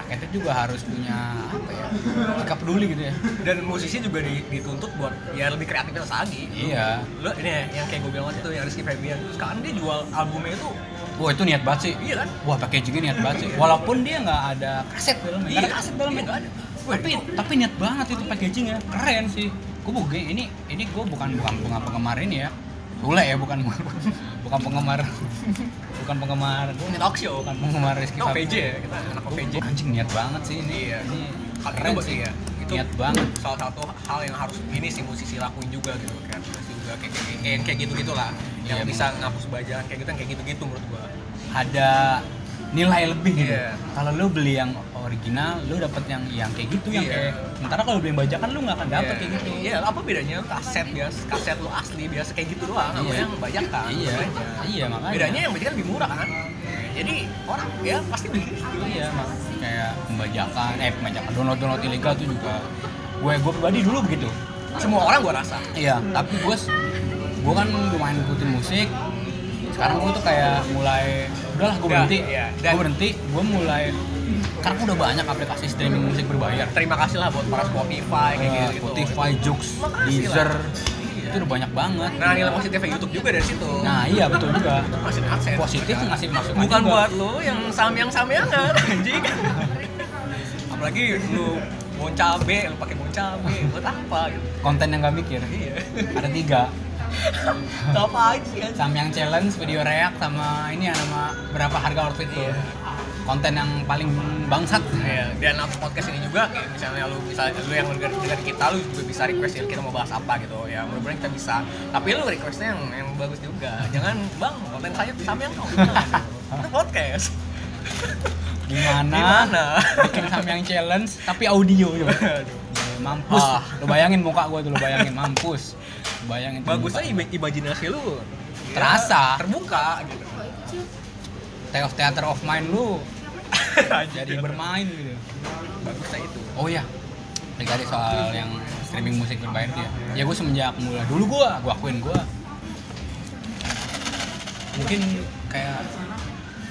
S2: Rakyatnya juga harus punya apa ya? Sikap peduli gitu ya.
S1: Dan musisi juga di- dituntut buat ya lebih kreativitas lagi.
S2: Iya.
S1: Lo ini ya, yang kayak gue bilang waktu itu yang Rizky Febian sekarang dia jual albumnya itu
S2: Wah itu niat banget sih.
S1: iya kan
S2: Wah packagingnya niat banget sih. Walaupun dia nggak ada kaset filmnya, nggak
S1: iya
S2: ada kaset filmnya.
S1: nggak ada
S2: tapi tapi niat banget itu packagingnya keren sih gue bukan ini ini gue bukan bukan bukan penggemar ini ya Sule ya bukan bukan penggemar bukan penggemar
S1: ini talk show
S2: bukan
S1: kan
S2: penggemar Rizky
S1: kita
S2: Fabian.
S1: OVJ ya kita anak OVJ
S2: Gua- anjing niat banget sih ini
S1: Iya.
S2: ini
S1: Kalau
S2: keren
S1: itu,
S2: sih
S1: iya. Itu-
S2: niat banget
S1: salah satu hal yang harus ini sih musisi lakuin juga gitu kreativitas juga kayak kayak kayak, kayak gitu gitulah yang
S2: Iya,
S1: bisa ngapus bajak kayak gitu kayak gitu-gitu menurut gua
S2: ada nilai lebih gitu.
S1: Iya.
S2: Kalau lu beli yang original, lu dapet yang yang kayak gitu yang
S1: Iya.
S2: kayak. Sementara kalau beli yang bajakan lu nggak akan dapet
S1: Iya.
S2: kayak gitu.
S1: Iya, apa bedanya kaset biasa, kaset lu asli biasa kayak gitu doang, sama
S2: Iya.
S1: yang bajakan.
S2: Iya.
S1: bedanya.
S2: Iya, makanya.
S1: Bedanya yang bajakan lebih murah kan? Jadi orang ya pasti beli gitu.
S2: Iya, mak- kayak pembajakan, eh pembajakan download download ilegal tuh juga. Gue gue pribadi dulu begitu.
S1: Semua orang gua rasa.
S2: Iya, tapi gue gue kan lumayan ngikutin musik. Sekarang gue tuh kayak mulai udahlah gue
S1: Iya,
S2: berhenti.
S1: iya. Dan-
S2: Gue berhenti, gue mulai karena udah banyak aplikasi streaming musik berbayar.
S1: Terima kasih lah buat para Spotify kayak
S2: Eh,
S1: gitu.
S2: Spotify, Joox,
S1: Makasih
S2: Deezer,
S1: lah.
S2: itu udah banyak banget.
S1: Nah, nilai positifnya YouTube juga dari situ.
S2: Nah, iya betul juga.
S1: Itu masih kaset.
S2: Positif ngasih masukan
S1: Bukan
S2: juga.
S1: buat lu yang samyang samyangan anjing. Apalagi lu mau cabe, lu pakai mau cabe buat apa gitu.
S2: Konten yang gak mikir.
S1: Iya.
S2: Ada tiga.
S1: apa aja anjing.
S2: Samyang challenge, video react sama ini ya sama berapa harga outfit tuh.
S1: Iya.
S2: Konten yang paling bangsat.
S1: Iya, dan aku podcast ini juga kayak misalnya lu bisa lu yang dengar dengar kita lu juga bisa request ya, kita mau bahas apa gitu. Ya, mudah-mudahan kita bisa. Tapi lu requestnya yang yang bagus juga. Jangan, Bang, konten saya samyang dong. Gimana? Itu podcast.
S2: Gimana?
S1: Gimana?
S2: Bikin samyang challenge tapi audio coba.
S1: Aduh.
S2: Mampus.
S1: Ah.
S2: Lu bayangin muka gue tuh lu bayangin mampus. Lu bayangin tuh
S1: Bagusnya
S2: muka.
S1: im- imajinasi lu ya,
S2: Terasa.
S1: terbuka gitu.
S2: Theater theater of mind lu
S1: Jadi
S2: jadi bermain gitu.
S1: bagusnya itu.
S2: Oh iya, balik tadi soal yang streaming musik berbayar tuh ya. Ya gue semenjak mulai dulu gue, gue akuin gue mungkin kayak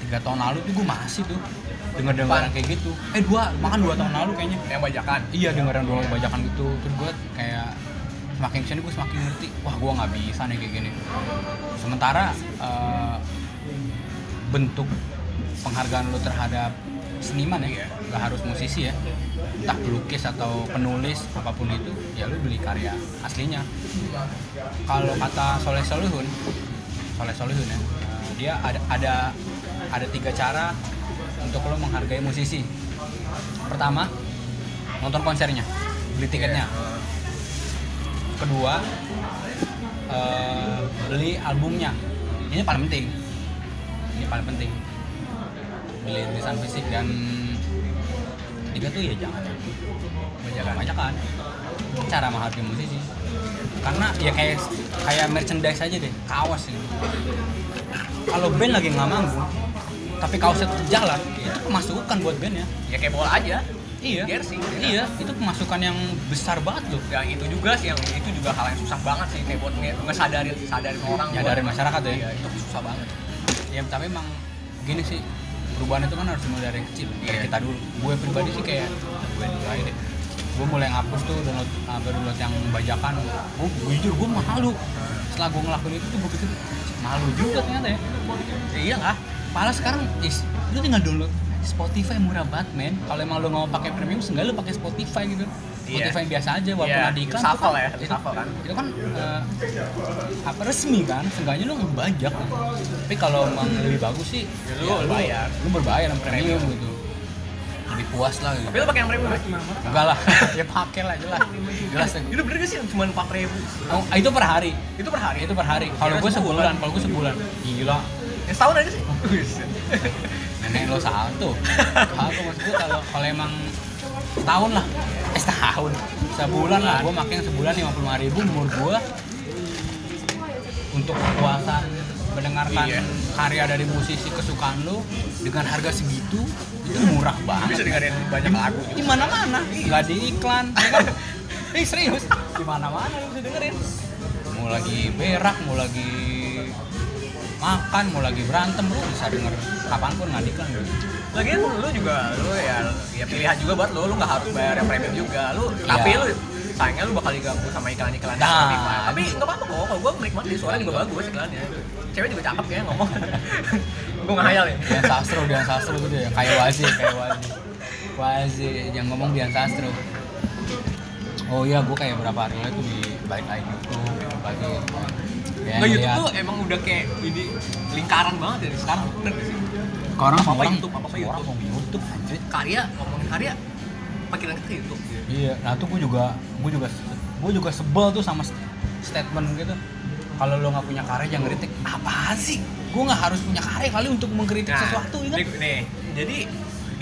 S2: tiga tahun lalu tuh gue masih tuh denger dengeran
S1: Apaan?
S2: kayak gitu. Eh dua, makan dua tahun lalu kayaknya.
S1: Yang bajakan.
S2: Iya dengeran dua bajakan gitu. Terus gue kayak semakin kesini gue semakin ngerti. Wah gue nggak bisa nih kayak gini. Sementara eh, bentuk penghargaan lo terhadap seniman ya nggak harus musisi ya entah pelukis atau penulis apapun itu ya lu beli karya aslinya kalau kata Soleh Solihun Soleh Solihun ya eh, dia ada ada ada tiga cara untuk lo menghargai musisi pertama nonton konsernya beli tiketnya kedua eh, beli albumnya ini paling penting ini paling penting beli tulisan fisik dan tiga tuh ya jangan
S1: Bajakan.
S2: banyak kan cara menghargai musisi karena ya kayak kayak merchandise aja deh kaos gitu kalau band lagi nggak manggung tapi kaosnya tetap jalan itu pemasukan buat bandnya
S1: Ya kayak bola aja.
S2: iya
S1: Jersey.
S2: iya itu pemasukan yang besar banget loh
S1: Dan itu gitu juga sih yang itu juga hal yang susah banget sih kayak buat nge- ngesadarin sadarin orang. buat-
S2: Nyadarin masyarakat ya?
S1: Iya, itu susah banget.
S2: ya tapi emang gini sih perubahan itu kan harus mulai dari kecil dari
S1: Iya.
S2: kita dulu gue pribadi sih kayak gue dulu aja deh gue mulai ngapus tuh download uh, download yang bajakan gue jujur gue malu setelah gue ngelakuin itu tuh gue pikir malu juga ternyata ya
S1: Ya, iya lah.
S2: malah sekarang is lu tinggal download Spotify murah banget men kalau emang lu mau pakai premium seenggaknya lu pakai Spotify gitu
S1: Iya.
S2: Spotify yang biasa aja walaupun
S1: Iya,
S2: ada iklan
S1: shuffle
S2: tuh kan-
S1: ya,
S2: itu,
S1: shuffle kan.
S2: itu kan eh, apa resmi kan seenggaknya lu ngebajak tapi kalau emang lebih bagus sih
S1: Ya, lu bayar.
S2: lu berbayar yang premium gitu lebih puas lah gitu
S1: Tapi lu pakai yang premium nggak?
S2: enggak lah ya pakai lah jelas jelas
S1: Itu bener gak sih yang cuma 4 ribu?
S2: oh, itu per hari
S1: Itu per hari?
S2: itu per hari kalau
S1: Kira
S2: gue
S1: sebulan.
S2: sebulan kalau gue sebulan gila
S1: Ya setahun aja sih?
S2: nenek lo salto salto maksud gue kalau kalau emang setahun lah eh setahun sebulan lah gue makin sebulan lima puluh ribu umur gue untuk kepuasan mendengarkan
S1: Iya.
S2: karya dari musisi kesukaan lo dengan harga segitu itu murah
S1: Bisa
S2: banget
S1: dengerin banyak lagu
S2: di
S1: juga
S2: mana mana nggak di iklan ya kan? Ih, serius di mana mana lo bisa dengerin mau lagi berak mau lagi makan mau lagi berantem lo bisa denger kapanpun nggak di iklan gitu.
S1: Lagian lu juga, lu ya, ya pilihan juga buat lu, lu gak harus bayar yang premium juga lu, Tapi
S2: Iya.
S1: lu, sayangnya lu bakal diganggu sama iklan-iklan
S2: Nah.
S1: Spotify. Tapi gak apa-apa kok, kalau gue menikmati suara juga bagus iklannya Cewek juga cakep ya ngomong Gue ngayal ya
S2: Dian Sastro, Dian Sastro gitu ya, kayak Wazi, kayak Wazi. Wazi yang ngomong Dian Sastro. Oh iya, gue kayak berapa hari lalu tuh di balik lagi YouTube, gitu pagi. Ya,
S1: Nggak, YouTube
S2: lihat.
S1: tuh emang udah kayak ini lingkaran banget ya dari sekarang bener nggak sih?
S2: Orang
S1: apa-apa
S2: semua orang,
S1: YouTube, apa-apa
S2: semua orang
S1: YouTube.
S2: mau YouTube anjir.
S1: Karya, ngomongin karya, makin lengkap ke YouTube
S2: Iya, nah tuh gue juga, gue juga, gue juga sebel tuh sama st- statement gitu. kalau lo nggak punya karya jangan kritik apa sih gue nggak harus punya karya kali untuk mengkritik sesuatu
S1: Nah,
S2: iya kan?
S1: ini
S2: ini
S1: nih, nih, jadi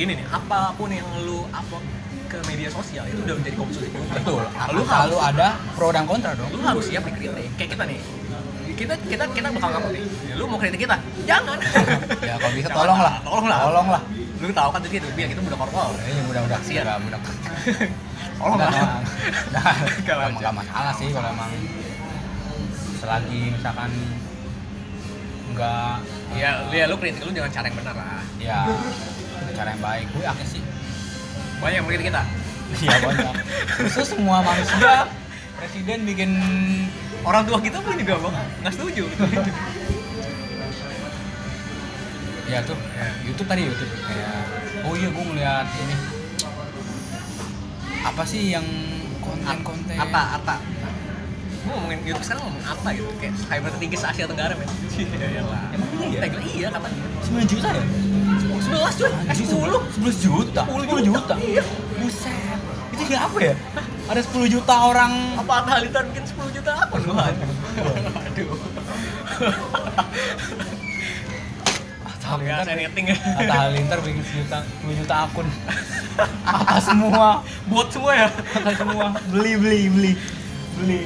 S1: gini nih, apapun yang lu upload ke media sosial itu udah menjadi konsumen.
S2: betul
S1: Nah, Lu
S2: lu
S1: harus,
S2: selalu ada pro dan kontra dong
S1: lu harus siap dikritik. Kayak kita nih, kita kita kita bakal ngapa nih? Ya, lu mau kritik kita? Jangan.
S2: ya kalau bisa
S1: Jangan,
S2: tolonglah
S1: Tolonglah.
S2: tolonglah
S1: Lu tahu kan tadi itu biar kita udah korpor.
S2: ini mudah-mudah sih
S1: Kasihan.
S2: ya mudah
S1: Tolonglah.
S2: nggak
S1: Kalau
S2: emang nggak masalah sih kalau emang selagi misalkan nggak
S1: Ya, ya lu kritik lu jangan cara yang benar lah.
S2: ya cara yang baik gue yakin sih
S1: Banyak yang mengkritik kita.
S2: Iya banyak. Terus semua manusia presiden bikin
S1: Orang tua kita pun juga bang, nggak setuju.
S2: ya tuh YouTube tadi YouTube kayak oh iya gue ngeliat ini apa sih yang konten-konten
S1: Apa, apa? Gue ngomongin YouTube sekarang ngomongin apa gitu? Kayak cyber tertinggi se Asia Tenggara men. Iya lah.
S2: Emang iya?
S1: Tagline iya katanya.
S2: 9 juta ya?
S1: 11 cuy, eh 10.
S2: 10 juta?
S1: 10 juta. Iya.
S2: Buset. Itu siapa ya? Ada 10 juta orang
S1: Apa Atta Halilintar bikin 10 juta apa lu? Aduh.
S2: Atta
S1: Nggak ya.
S2: Halilintar
S1: setting
S2: Atta Halilintar bikin 10 juta, 10 juta akun Atta semua
S1: Buat semua ya.
S2: Atta semua Beli, beli, beli Beli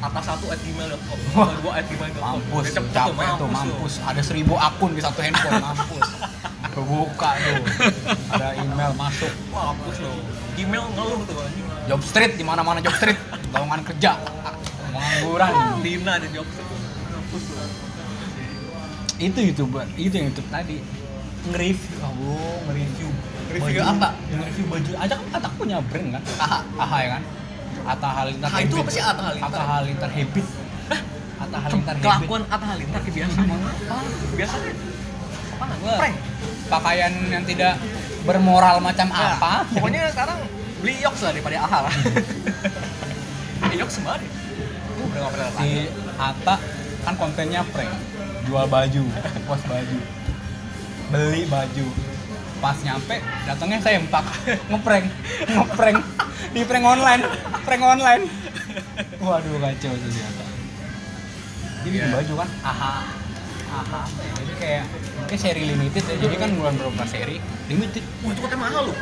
S1: Atas satu at gmail.com,
S2: Wah.
S1: atas dua at gmail.com.
S2: Mampus,
S1: Udah cepet
S2: capek tuh, mampus Ada 1000 akun di satu handphone, mampus Kebuka tuh Ada email masuk
S1: lu. Wah, Mampus lo. Gmail ngeluh tuh anjing.
S2: Job street, di mana mana job street Lowongan kerja Pengangguran
S1: Lina ada jawab situ. Mampus lo.
S2: itu youtuber itu yang youtube tadi nge-review oh nge-review
S1: Nge-review
S2: Baju-
S1: apa?
S2: nge-review baju aja kan Atta punya brand kan aha aha ya kan Atta Halilintar
S1: Ah, itu apa sih Atta Halilintar?
S2: Atta Halilintar habit Atta Halilintar habit
S1: Kelakuan Atta Halilintar kebiasaan. Biasa deh. Apa
S2: Wah,
S1: Prank.
S2: pakaian yang tidak bermoral macam
S1: Nah,
S2: apa
S1: Pokoknya sekarang beli yoks lah daripada aha lah. Eh, yoks sembar ya? Gua udah nggak pernah tanya.
S2: si Atta kan kontennya prank jual baju post baju beli baju pas nyampe datangnya sempak ngeprank ngeprank di prank online prank online waduh kacau sih si Atta dia bikin
S1: Iya.
S2: baju kan aha aha apa ya? jadi kayak kayak seri limited ya jadi kan bulan berapa seri limited
S1: Wah, itu katanya mahal loh.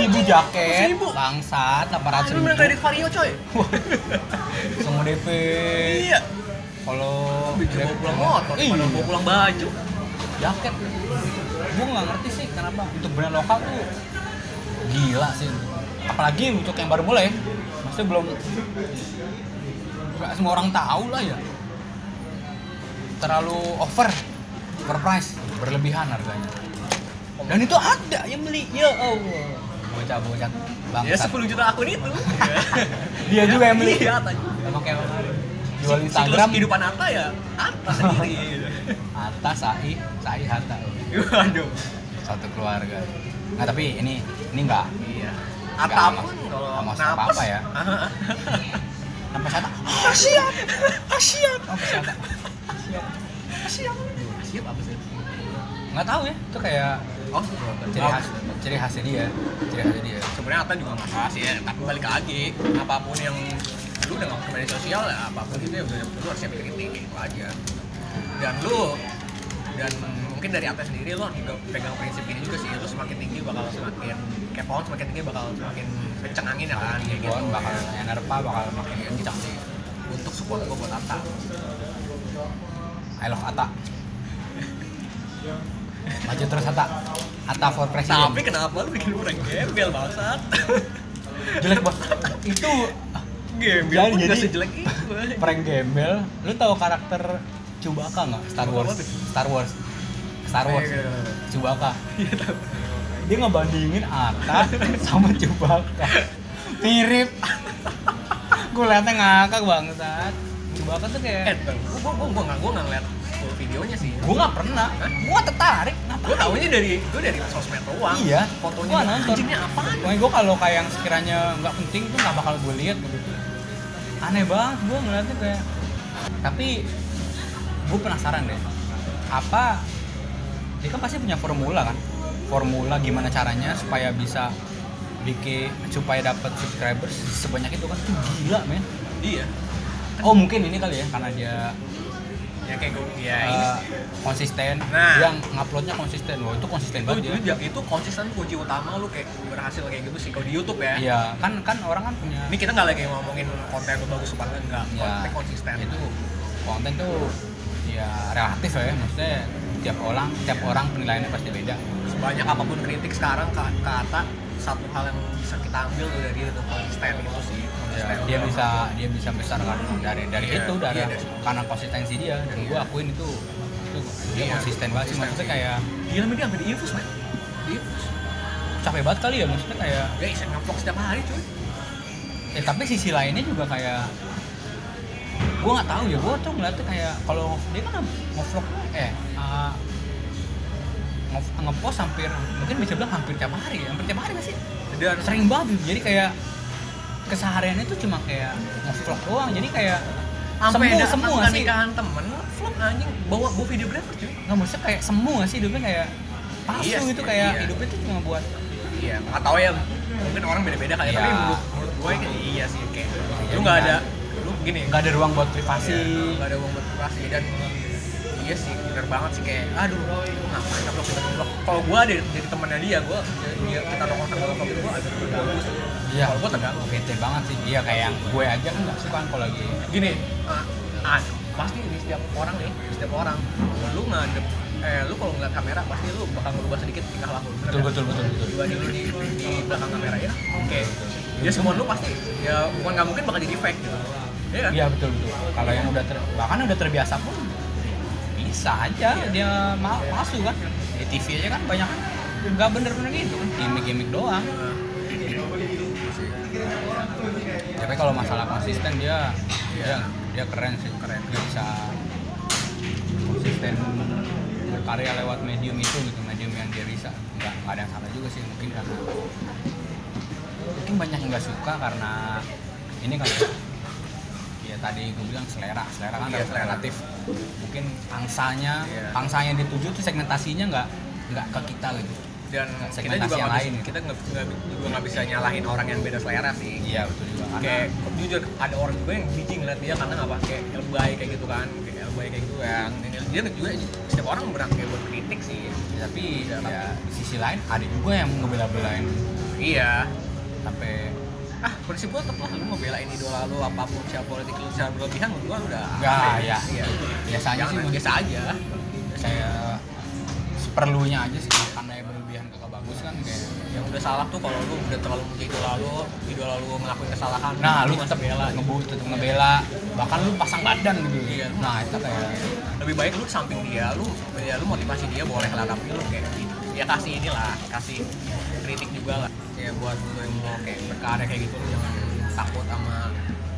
S1: 8.000.
S2: 800 ribu jaket
S1: 800.000.
S2: bangsat 800
S1: Lu bilang
S2: ribu
S1: kredit vario coy.
S2: semua DP
S1: Iya.
S2: kalau
S1: Bikin bawa pulang motor,
S2: iya.
S1: daripada bawa pulang baju.
S2: jaket gue nggak ngerti sih kenapa untuk brand lokal tuh gila sih apalagi untuk yang baru mulai maksudnya belum nggak semua orang tahu lah ya terlalu over overpriced berlebihan harganya dan itu ada yang beli ya Allah bocah bocah
S1: Ya
S2: bangsat
S1: 10 juta akun itu.
S2: dia juga yang beli
S1: Iya, tanya.
S2: sama kayak jual
S1: Jual
S2: Instagram
S1: kehidupan Atta ya Atta sendiri.
S2: atas Sai Sai Hatta
S1: Waduh.
S2: satu keluarga nah tapi ini ini enggak
S1: Iya.
S2: Nggak,
S1: Ata pun
S2: nggak mas-
S1: kalau
S2: nggak masuk
S1: napas
S2: apa-apa ya. sampai sana kasihan Oh, kasihan sampai sana
S1: Siap. Siap apa sih?
S2: nggak tahu ya itu kayak
S1: Oh,
S2: ciri khas ciri khasnya dia ciri khasnya dia
S1: Sebenarnya Ata juga nggak salah sih ya, tapi balik lagi apapun yang lu udah nggak ke media sosial ya apapun itu ya udah lu harus siap kritik gitu aja. Dan lu dan mungkin dari Ata sendiri lu harus juga pegang prinsip ini juga sih lu semakin tinggi bakal semakin kayak pohon semakin tinggi bakal semakin kenceng angin ya kan kayak gitu
S2: Bon bakal enerpa bakal makin kencang sih
S1: untuk support gue buat Ata
S2: I love Ata maju terus Ata Ata for president
S1: tapi kenapa lu bikin orang gembel bangsat
S2: jelek banget itu
S1: gembel
S2: Jadi-
S1: pun nggak
S2: jadi-
S1: sejelek itu
S2: prank gembel lu tahu karakter Chewbacca nggak Star Wars Star Wars Star Wars
S1: Iya, iya, iya.
S2: Chewbacca dia ngebandingin Atta sama Chewbacca mirip gue liatnya ngakak bangsat Chewbacca tuh
S1: Eh,
S2: kayak
S1: gua gua gua nggak gua nggak ngeliat full videonya sih.
S2: gue nggak pernah gue tertarik ngapain
S1: Gua taunya dari gua dari sosmed doang.
S2: iya
S1: Fotonya
S2: gua nonton
S1: anjingnya apaan?
S2: pokoknya gue kalau kayak yang sekiranya nggak penting tuh nggak bakal gue lihat gitu aneh banget gue ngeliatnya kayak tapi gue penasaran deh apa dia kan pasti punya formula kan formula gimana caranya supaya bisa bikin supaya dapat subscribers sebanyak itu kan itu gila men
S1: Iya.
S2: oh mungkin ini kali ya karena dia
S1: ya kayak gue ya ini
S2: eh, konsisten
S1: Nah. Oh,
S2: yang nguploadnya konsisten wah itu konsisten
S1: itu
S2: banget ya.
S1: itu, itu konsisten kunci utama lu kayak berhasil kayak gitu sih kalau di YouTube ya
S2: ya iya kan kan orang kan punya
S1: ini kita nggak lagi ngomongin konten lu bagus apa enggak
S2: Iya.
S1: konten konsisten
S2: Ya, itu konten tuh ya relatif ya maksudnya tiap orang tiap
S1: Iya.
S2: orang penilaiannya pasti beda
S1: sebanyak apapun kritik sekarang ke ke Atta, satu hal yang bisa kita ambil tuh dari itu konsisten itu sih
S2: Ya,
S1: konsisten
S2: dia bisa dia bisa besar kan dari dari
S1: Iya,
S2: itu dari
S1: iya, dari-
S2: karena konsistensi dia dan gue akuin itu itu dia
S1: Iya.
S2: konsisten banget sih maksudnya kayak
S1: gila ini sampai di infus man di infus
S2: capek banget kali ya maksudnya kayak
S1: ya iseng ngevlog setiap hari cuy
S2: ya tapi sisi lainnya juga kayak gue nggak tahu ya gue tuh ngeliatnya kayak kalau dia kan ngevlog eh uh, nge- ngepost hampir mungkin bisa bilang hampir tiap hari ya hampir tiap hari nggak sih
S1: dan
S2: sering banget gitu. jadi kayak kesehariannya tuh cuma kayak ngevlog doang jadi kayak
S1: sampai
S2: semu
S1: ada
S2: semu
S1: semua
S2: nggak sih
S1: nikahan temen vlog anjing bawa bawa videographer cuy
S2: nggak maksudnya kayak semu nggak sih hidupnya kayak palsu
S1: Iya sih,
S2: gitu kayak
S1: iya.
S2: hidupnya tuh cuma buat
S1: iya nggak tahu ya mungkin orang beda-beda kali ya.
S2: Iya.
S1: tapi menurut, menurut gue kayak iya sih kayak
S2: Iya,
S1: lu nggak
S2: kan?
S1: ada lu gini
S2: nggak ada ruang buat privasi
S1: Iya, nggak ada uang buat privasi dan iya sih bener banget sih kayak aduh lu ngapain upload kita vlog kalau gue dari, dari temennya dia gue dia kita ada kontak dalam vlog gue agak terganggu sih
S2: Iya.
S1: kalau gue terganggu kayak
S2: bete banget sih dia kayak yang gue aja kan nggak suka kalau lagi
S1: gini ah, ah, pasti di setiap orang nih di setiap orang lu ngadep eh lu kalau ngeliat kamera pasti lu bakal berubah sedikit tingkah laku bener
S2: betul
S1: kan?
S2: betul betul betul
S1: dibanding lu di, di belakang kamera ya oke ya semua lu pasti ya bukan nggak mungkin bakal jadi fake gitu iya kan
S2: Iya betul betul. Kalau yang udah ter, bahkan udah terbiasa pun bisa aja dia ma- palsu kan. Di TV aja kan banyak kan nggak bener-bener gitu kan gimmick-gimmick doang. Tapi kalau masalah konsisten dia dia dia keren sih keren dia bisa konsisten berkarya lewat medium itu gitu medium yang dia bisa nggak nggak ada yang salah juga sih mungkin karena mungkin banyak yang nggak suka karena ini kan ya tadi gue bilang selera selera kan
S1: Iya,
S2: rel-
S1: selera.
S2: relatif mungkin pangsanya
S1: Iya.
S2: pangsanya yang dituju tuh segmentasinya nggak nggak ke kita gitu
S1: dan kita
S2: Segmentasi
S1: juga
S2: yang
S1: nggak
S2: lain. gitu.
S1: bisa- kita nggak nggak- juga nggak bisa nyalahin orang yang beda selera sih
S2: iya betul juga
S1: kayak jujur ada orang juga yang jijik ngeliat dia karena nggak pakai lebay kayak gitu kan kayak lebay kayak gitu yang dia juga setiap orang berhak kayak buat kritik sih
S2: Ya, tapi ya, di sisi lain ada juga yang ngebela-belain
S1: iya
S2: sampai
S1: ah prinsip gua tetap lah lu mau belain idola lu apapun siapa politik lu secara berlebihan menurut gua lu udah
S2: Nggak,
S1: aneh.
S2: ya.
S1: iya
S2: Biasa aja
S1: Jangan,
S2: sih, menurut-
S1: biasa aja
S2: saya seperlunya aja sih karena berlebihan kagak bagus kan kayak
S1: yang udah salah tuh kalau lu udah terlalu menjadi idola lu idola lu ngelakuin kesalahan
S2: nah lu
S1: masih
S2: tetap
S1: bela
S2: bela ngebu tetap ngebela bahkan lu pasang badan gitu
S1: Iya.
S2: nah itu kayak
S1: lebih baik lu di samping dia lu ya lu motivasi dia boleh lah tapi lu kayak gitu. ya kasih inilah kasih kritik juga lah ya buat lu yang mau kayak berkarya kayak gitu lu jangan takut sama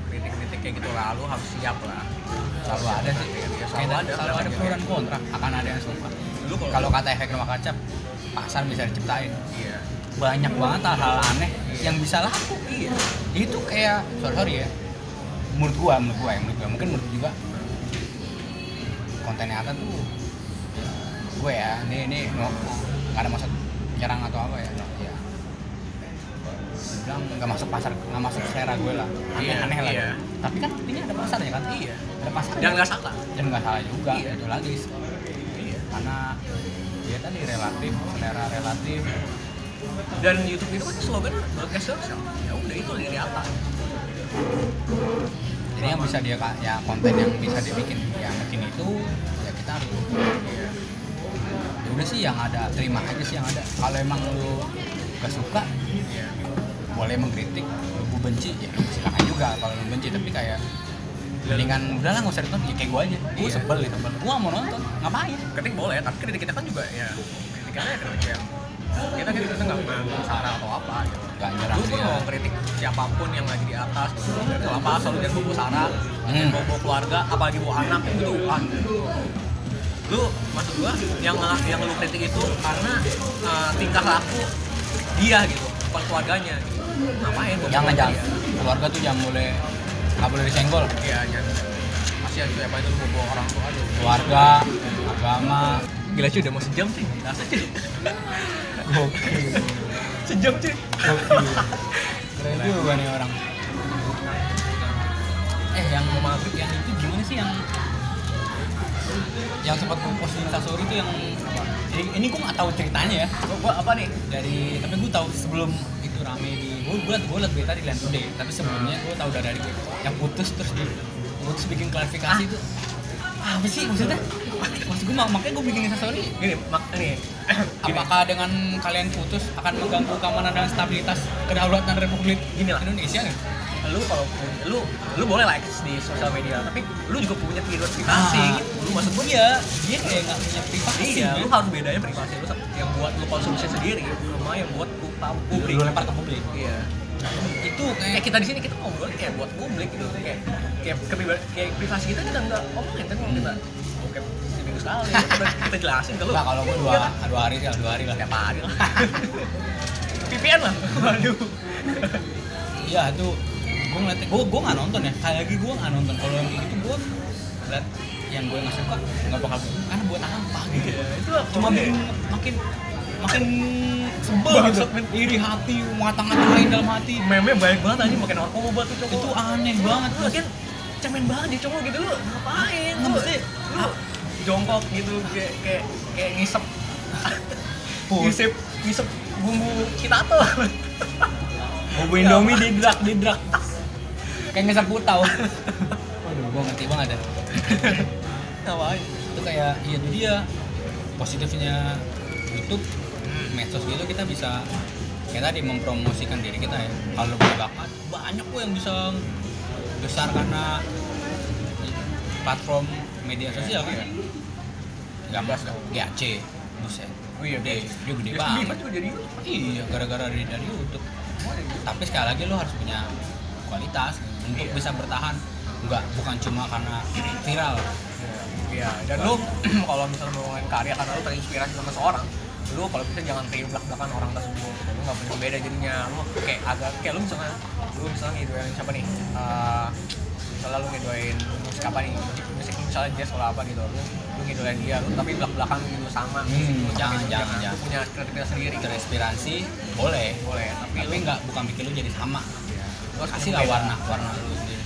S1: kritik-kritik kayak gitu lah lu harus siap lah
S2: selalu ada sih Iya,
S1: Ya,
S2: selalu ada selalu ada
S1: namanya.
S2: pro dan kontra akan ada yang suka
S1: gitu. lu
S2: kalau kata efek rumah kaca pasar bisa diciptain
S1: iya
S2: banyak banget hal-hal aneh yang bisa laku
S1: iya
S2: itu kayak sorry, sorry ya menurut gua menurut gua ya menurut gua mungkin menurut juga kontennya Ata tuh ya, gue ya ini ini no, gak ada maksud nyerang atau apa ya no, ya bilang nggak masuk pasar nggak masuk selera gue lah aneh
S1: Iya,
S2: aneh lah
S1: iya.
S2: tapi kan ini ada pasarnya kan
S1: iya
S2: ada pasar
S1: dan nggak salah
S2: dan nggak salah juga
S1: Iya.
S2: itu lagi
S1: iya
S2: karena dia tadi relatif selera relatif
S1: dan YouTube itu kan slogan broadcast yourself ya udah itu dari atas
S2: jadi yang bisa dia Kak, ya konten yang bisa dibikin ya bikin itu ya kita harus
S1: iya
S2: ya udah sih yang ada terima aja sih yang ada kalau emang lu gak suka
S1: iya
S2: boleh mengkritik lu benci ya lu silakan juga kalau lu benci tapi kayak mendingan udahlah nggak usah ditonton ya kayak gue aja gue
S1: Iya.
S2: sebel nih sebel gue mau nonton ngapain
S1: kritik boleh tapi kritik kita kan juga ya kritikannya ya kritik yang kita kritik kita nggak mengambil saran atau apa gitu
S2: nggak nyerang
S1: lu pun
S2: dia
S1: mau kritik siapapun yang lagi di atas gitu itu apa asal lu jangan bobo saran jangan
S2: Hmm.
S1: bobo keluarga apalagi bawa anak itu ah, lu maksud gua yang yang lu kritik itu karena eh, tingkah laku dia gitu bukan keluarganya gitu Lu ngapain bobo
S2: jangan jangan
S1: keluarga
S2: keluarga tuh jangan boleh nggak boleh disenggol
S1: dia? iya jangan kasihan tuh apa itu lu bobo orang tua aduh
S2: keluarga agama
S1: gila cuy udah mau sejam sih rasa cuy
S2: gokil
S1: sejam cuy
S2: keren juga nih orang eh yang
S1: mau maghrib ya
S2: yang itu gimana sih yang yang sempat gue post di Instastory itu yang apa? Jadi, ini gue nggak tahu ceritanya ya
S1: gua, gua apa nih
S2: dari tapi gue tahu sebelum itu rame di gue gue gue liat berita di Land Today tapi sebelumnya gue tahu dari gue yang putus terus di putus bikin klarifikasi itu ah, apa sih maksudnya maksud gue mak- makanya gue bikin instastory
S1: gini mak nih gini,
S2: apakah dengan kalian putus akan mengganggu keamanan dan stabilitas kedaulatan Republik
S1: gini lah
S2: Indonesia Iya, nggak?
S1: lu kalau pu- lu lu boleh like di sosial media tapi lu juga punya kehidupan privasi
S2: Ah.
S1: gitu lu maksud gua
S2: iya dia kayak nggak punya privasi
S1: iya
S2: ya.
S1: lu harus bedain privasi lu sama yang buat lu konsumsi sendiri sama yang buat lu tahu publik
S2: lu lempar ke publik
S1: iya
S2: itu
S1: kayak
S2: kayak
S1: kita di sini kita ngobrol kayak buat publik gitu kayak kayak, kepriba- kayak privasi kita kita nggak omongin kan kalau kita oke seminggu sekali kita, kita jelasin ke lu Iya kan?
S2: Nah, Hmm. kalau gue dua, dua hari sih, dua hari lah.
S1: tiap hari lah VPN lah waduh
S2: Iya itu gue ngeliatnya, gue gue nggak nonton ya. Kayak lagi gue nggak nonton. Kalau yang kayak gitu gue ngeliat yang gue nggak suka nggak bakal karena buat apa gitu.
S1: Iya, itu
S2: Cuma bikin makin makin sebel gitu.
S1: Bangsat, men.
S2: Iri hati, ngata-ngatain dalam hati.
S1: meme banyak banget anjing pakai narkoba tuh cowok
S2: Itu aneh banget.
S1: lu kan cemen banget dia cowok gitu lu ngapain
S2: Nggak,
S1: lu
S2: maksudnya- ah.
S1: lu jongkok gitu kayak kayak kayak ngisep
S2: Put.
S1: ngisep ngisep bumbu kita tuh
S2: Bobo Indomie didrak didrak. Kayak ngeser putau. Waduh, gue ngerti banget ya.
S1: ngapain
S2: itu kayak iya itu dia positifnya YouTube medsos gitu kita bisa kayak tadi mempromosikan diri kita ya kalau lu punya bakat banyak kok yang bisa besar karena platform media sosial kan gambar sudah GAC buset
S1: Oh iya, GAC.
S2: Gede, dia gede
S1: Justin Bieber
S2: banget
S1: juga jadi YouTube.
S2: iya gara-gara dari, dari YouTube tapi sekali lagi lo harus punya kualitas untuk
S1: Iya.
S2: bisa bertahan nggak bukan cuma karena viral
S1: Iya, dan lu kalau misalnya mau ngomongin karya karena lu terinspirasi sama seorang, lu kalau bisa jangan tiru belak-belakan orang tersebut. gitu. Lu nggak punya beda jadinya. Lu kayak agak kayak lu misalnya lu misalnya ngidoain siapa nih? Eh, misalnya lu ngidoain musik apa nih? Musik misalnya jazz atau apa gitu. Lu, lu ngidoain dia, lu tapi belak-belakan gitu sama.
S2: Hmm,
S1: musik lu, sama
S2: jangan,
S1: gitu.
S2: jangan, jangan.
S1: Lu punya kreativitas sendiri.
S2: terinspirasi boleh
S1: Boleh, tapi
S2: tapi
S1: lu
S2: nggak bukan bikin lu jadi sama
S1: lu harus
S2: kasih
S1: punya
S2: lah
S1: beda.
S2: warna warna lu sendiri.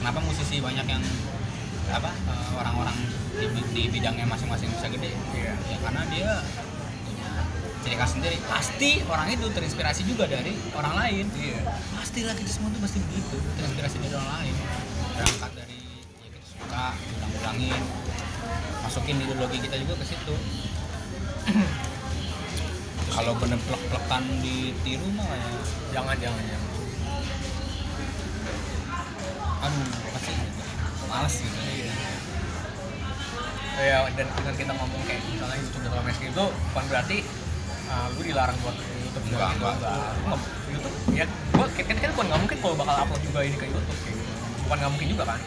S2: kenapa musisi banyak yang apa eh, orang-orang di, di bidangnya masing-masing bisa gede
S1: Iya.
S2: ya karena dia punya ciri khas sendiri pasti orang itu terinspirasi juga dari orang lain
S1: Iya.
S2: pastilah kita semua tuh pasti begitu terinspirasi dari orang lain berangkat dari ya kita suka ulang-ulangin masukin ideologi kita juga ke situ kalau bener plek-plekan ditiru mah ya
S1: Jangan, jangan, jangan.
S2: aduh pasti males gitu
S1: ya dan dengan kita ngomong kayak misalnya YouTube dan Romeski itu bukan berarti uh, lu dilarang buat YouTube
S2: Enggak,
S1: gitu.
S2: enggak.
S1: Lu nggak- YouTube ya gua kan kan bukan nggak mungkin kalau bakal upload juga ini ke YouTube kayak gitu. bukan nggak mungkin juga kan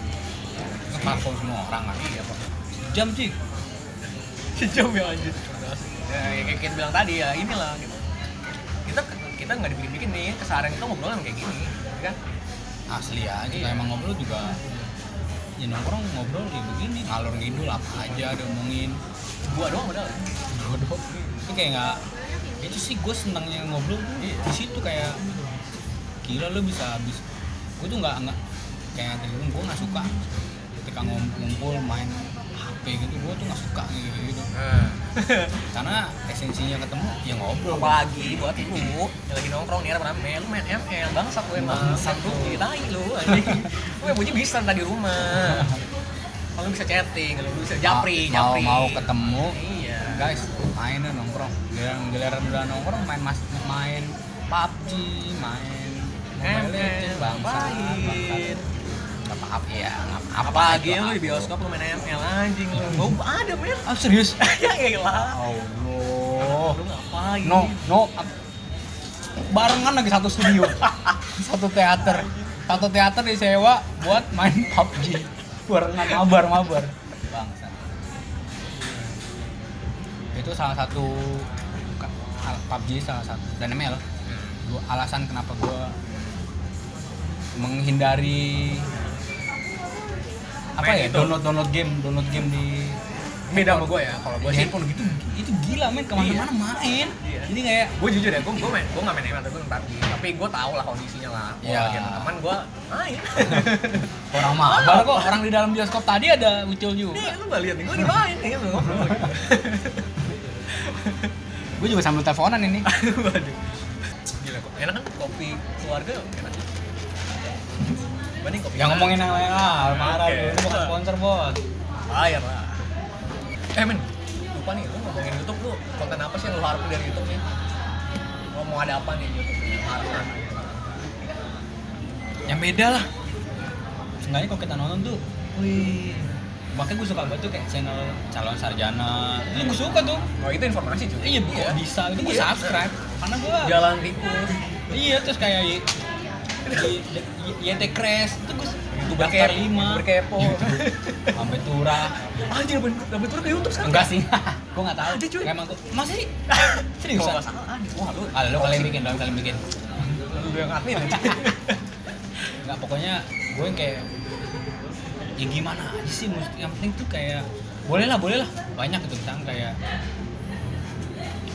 S2: Itu platform semua orang kan
S1: iya pak
S2: jam sih
S1: sejam ya lanjut ya, ya kayak kita bilang tadi ya inilah gitu kita kita nggak dibikin-bikin nih keseharian kita ngobrolan kayak gini ya kan
S2: asli ya kita
S1: Iya.
S2: emang ngobrol juga ya nongkrong ngobrol ya begini ngalor ngidul apa aja diomongin
S1: gua doang modal
S2: bodoh itu kayak nggak itu sih gue senangnya ngobrol tuh di situ kayak gila lu bisa habis gue tuh nggak nggak kayak tadi gue nggak suka ketika ngom- ngumpul main HP gitu gue tuh nggak suka gitu gitu
S1: nah.
S2: karena esensinya ketemu ya ngobrol
S1: apalagi buat lu yang lagi nongkrong nih rame lu main ML bangsat lu emang
S2: Bangsat
S1: lu
S2: lu.
S1: iya, tai lu anjing lu yang punya bisa tadi rumah kalau lu bisa chatting kalau lu bisa japri
S2: mau,
S1: japri
S2: Ah, mau ketemu ya.
S1: iya
S2: guys main deh nongkrong giliran giliran udah nongkrong main mas main PUBG main
S1: ML,
S2: Mobile Legends bangsa
S1: ngapain?
S2: nggak apa apa ya nggak apa
S1: apalagi lu di bioskop lu main ML anjing lu Gua ada men
S2: ah serius
S1: ya elah
S2: Allah.
S1: lu ngapain
S2: Oh. No, no. Barengan lagi satu studio. satu teater. Satu teater disewa buat main PUBG. Barengan mabar-mabar. Bangsa. Itu salah satu ke- hal- PUBG salah satu dan ML. Dua alasan kenapa gua menghindari apa
S1: Main
S2: ya
S1: itu.
S2: download download game download game di
S1: beda sama gue ya kalau gue sih
S2: handphone gitu itu gila men kemana-mana main
S1: Iya.
S2: jadi kayak
S1: gue jujur ya gue gue main gue nggak main ML tapi gue main PUBG tapi gue tau lah kondisinya lah kalau
S2: Iya.
S1: lagi ada teman gue main
S2: orang mabar kok orang di dalam bioskop tadi ada ucul
S1: nih
S2: juga
S1: lu gak lihat nih gue dimain nih gue ngobrol gitu.
S2: gue juga sambil teleponan ini
S1: waduh gila kok enak kan kopi keluarga enak banding kopi
S2: yang
S1: mana?
S2: ngomongin yang lain lah marah
S1: Oke.
S2: lu Lu bukan sponsor bos
S1: bayar lah eh men lupa nih lu ngomongin YouTube lu konten apa sih yang lu harapin dari YouTube nih lu mau ada apa nih di YouTube Yang harus ada?
S2: yang beda lah Seenggaknya kalau kita nonton tuh wih makanya gue suka banget tuh kayak channel calon sarjana itu gue suka tuh
S1: oh itu informasi juga
S2: iya kok bisa itu gue
S1: Iya.
S2: subscribe karena gue
S1: jalan tikus
S2: iya terus kayak y- y- y- YT Crash itu gue
S1: youtuber
S2: daftar
S1: kepo
S2: lima
S1: youtuber kepo
S2: sampai turah
S1: anjir ben dapet turun ke YouTube sekarang
S2: enggak sih gue nggak tahu
S1: Ada, Eh, cuy.
S2: emang gue masih sih
S1: Kalau
S2: seriusan
S1: nggak salah ada wah lu
S2: ah lo kalian bikin lo kalian bikin
S1: lu yang admin
S2: nggak pokoknya gue yang kayak ya gimana aja sih mesti- yang penting tuh kayak boleh lah boleh lah banyak gitu misalkan kayak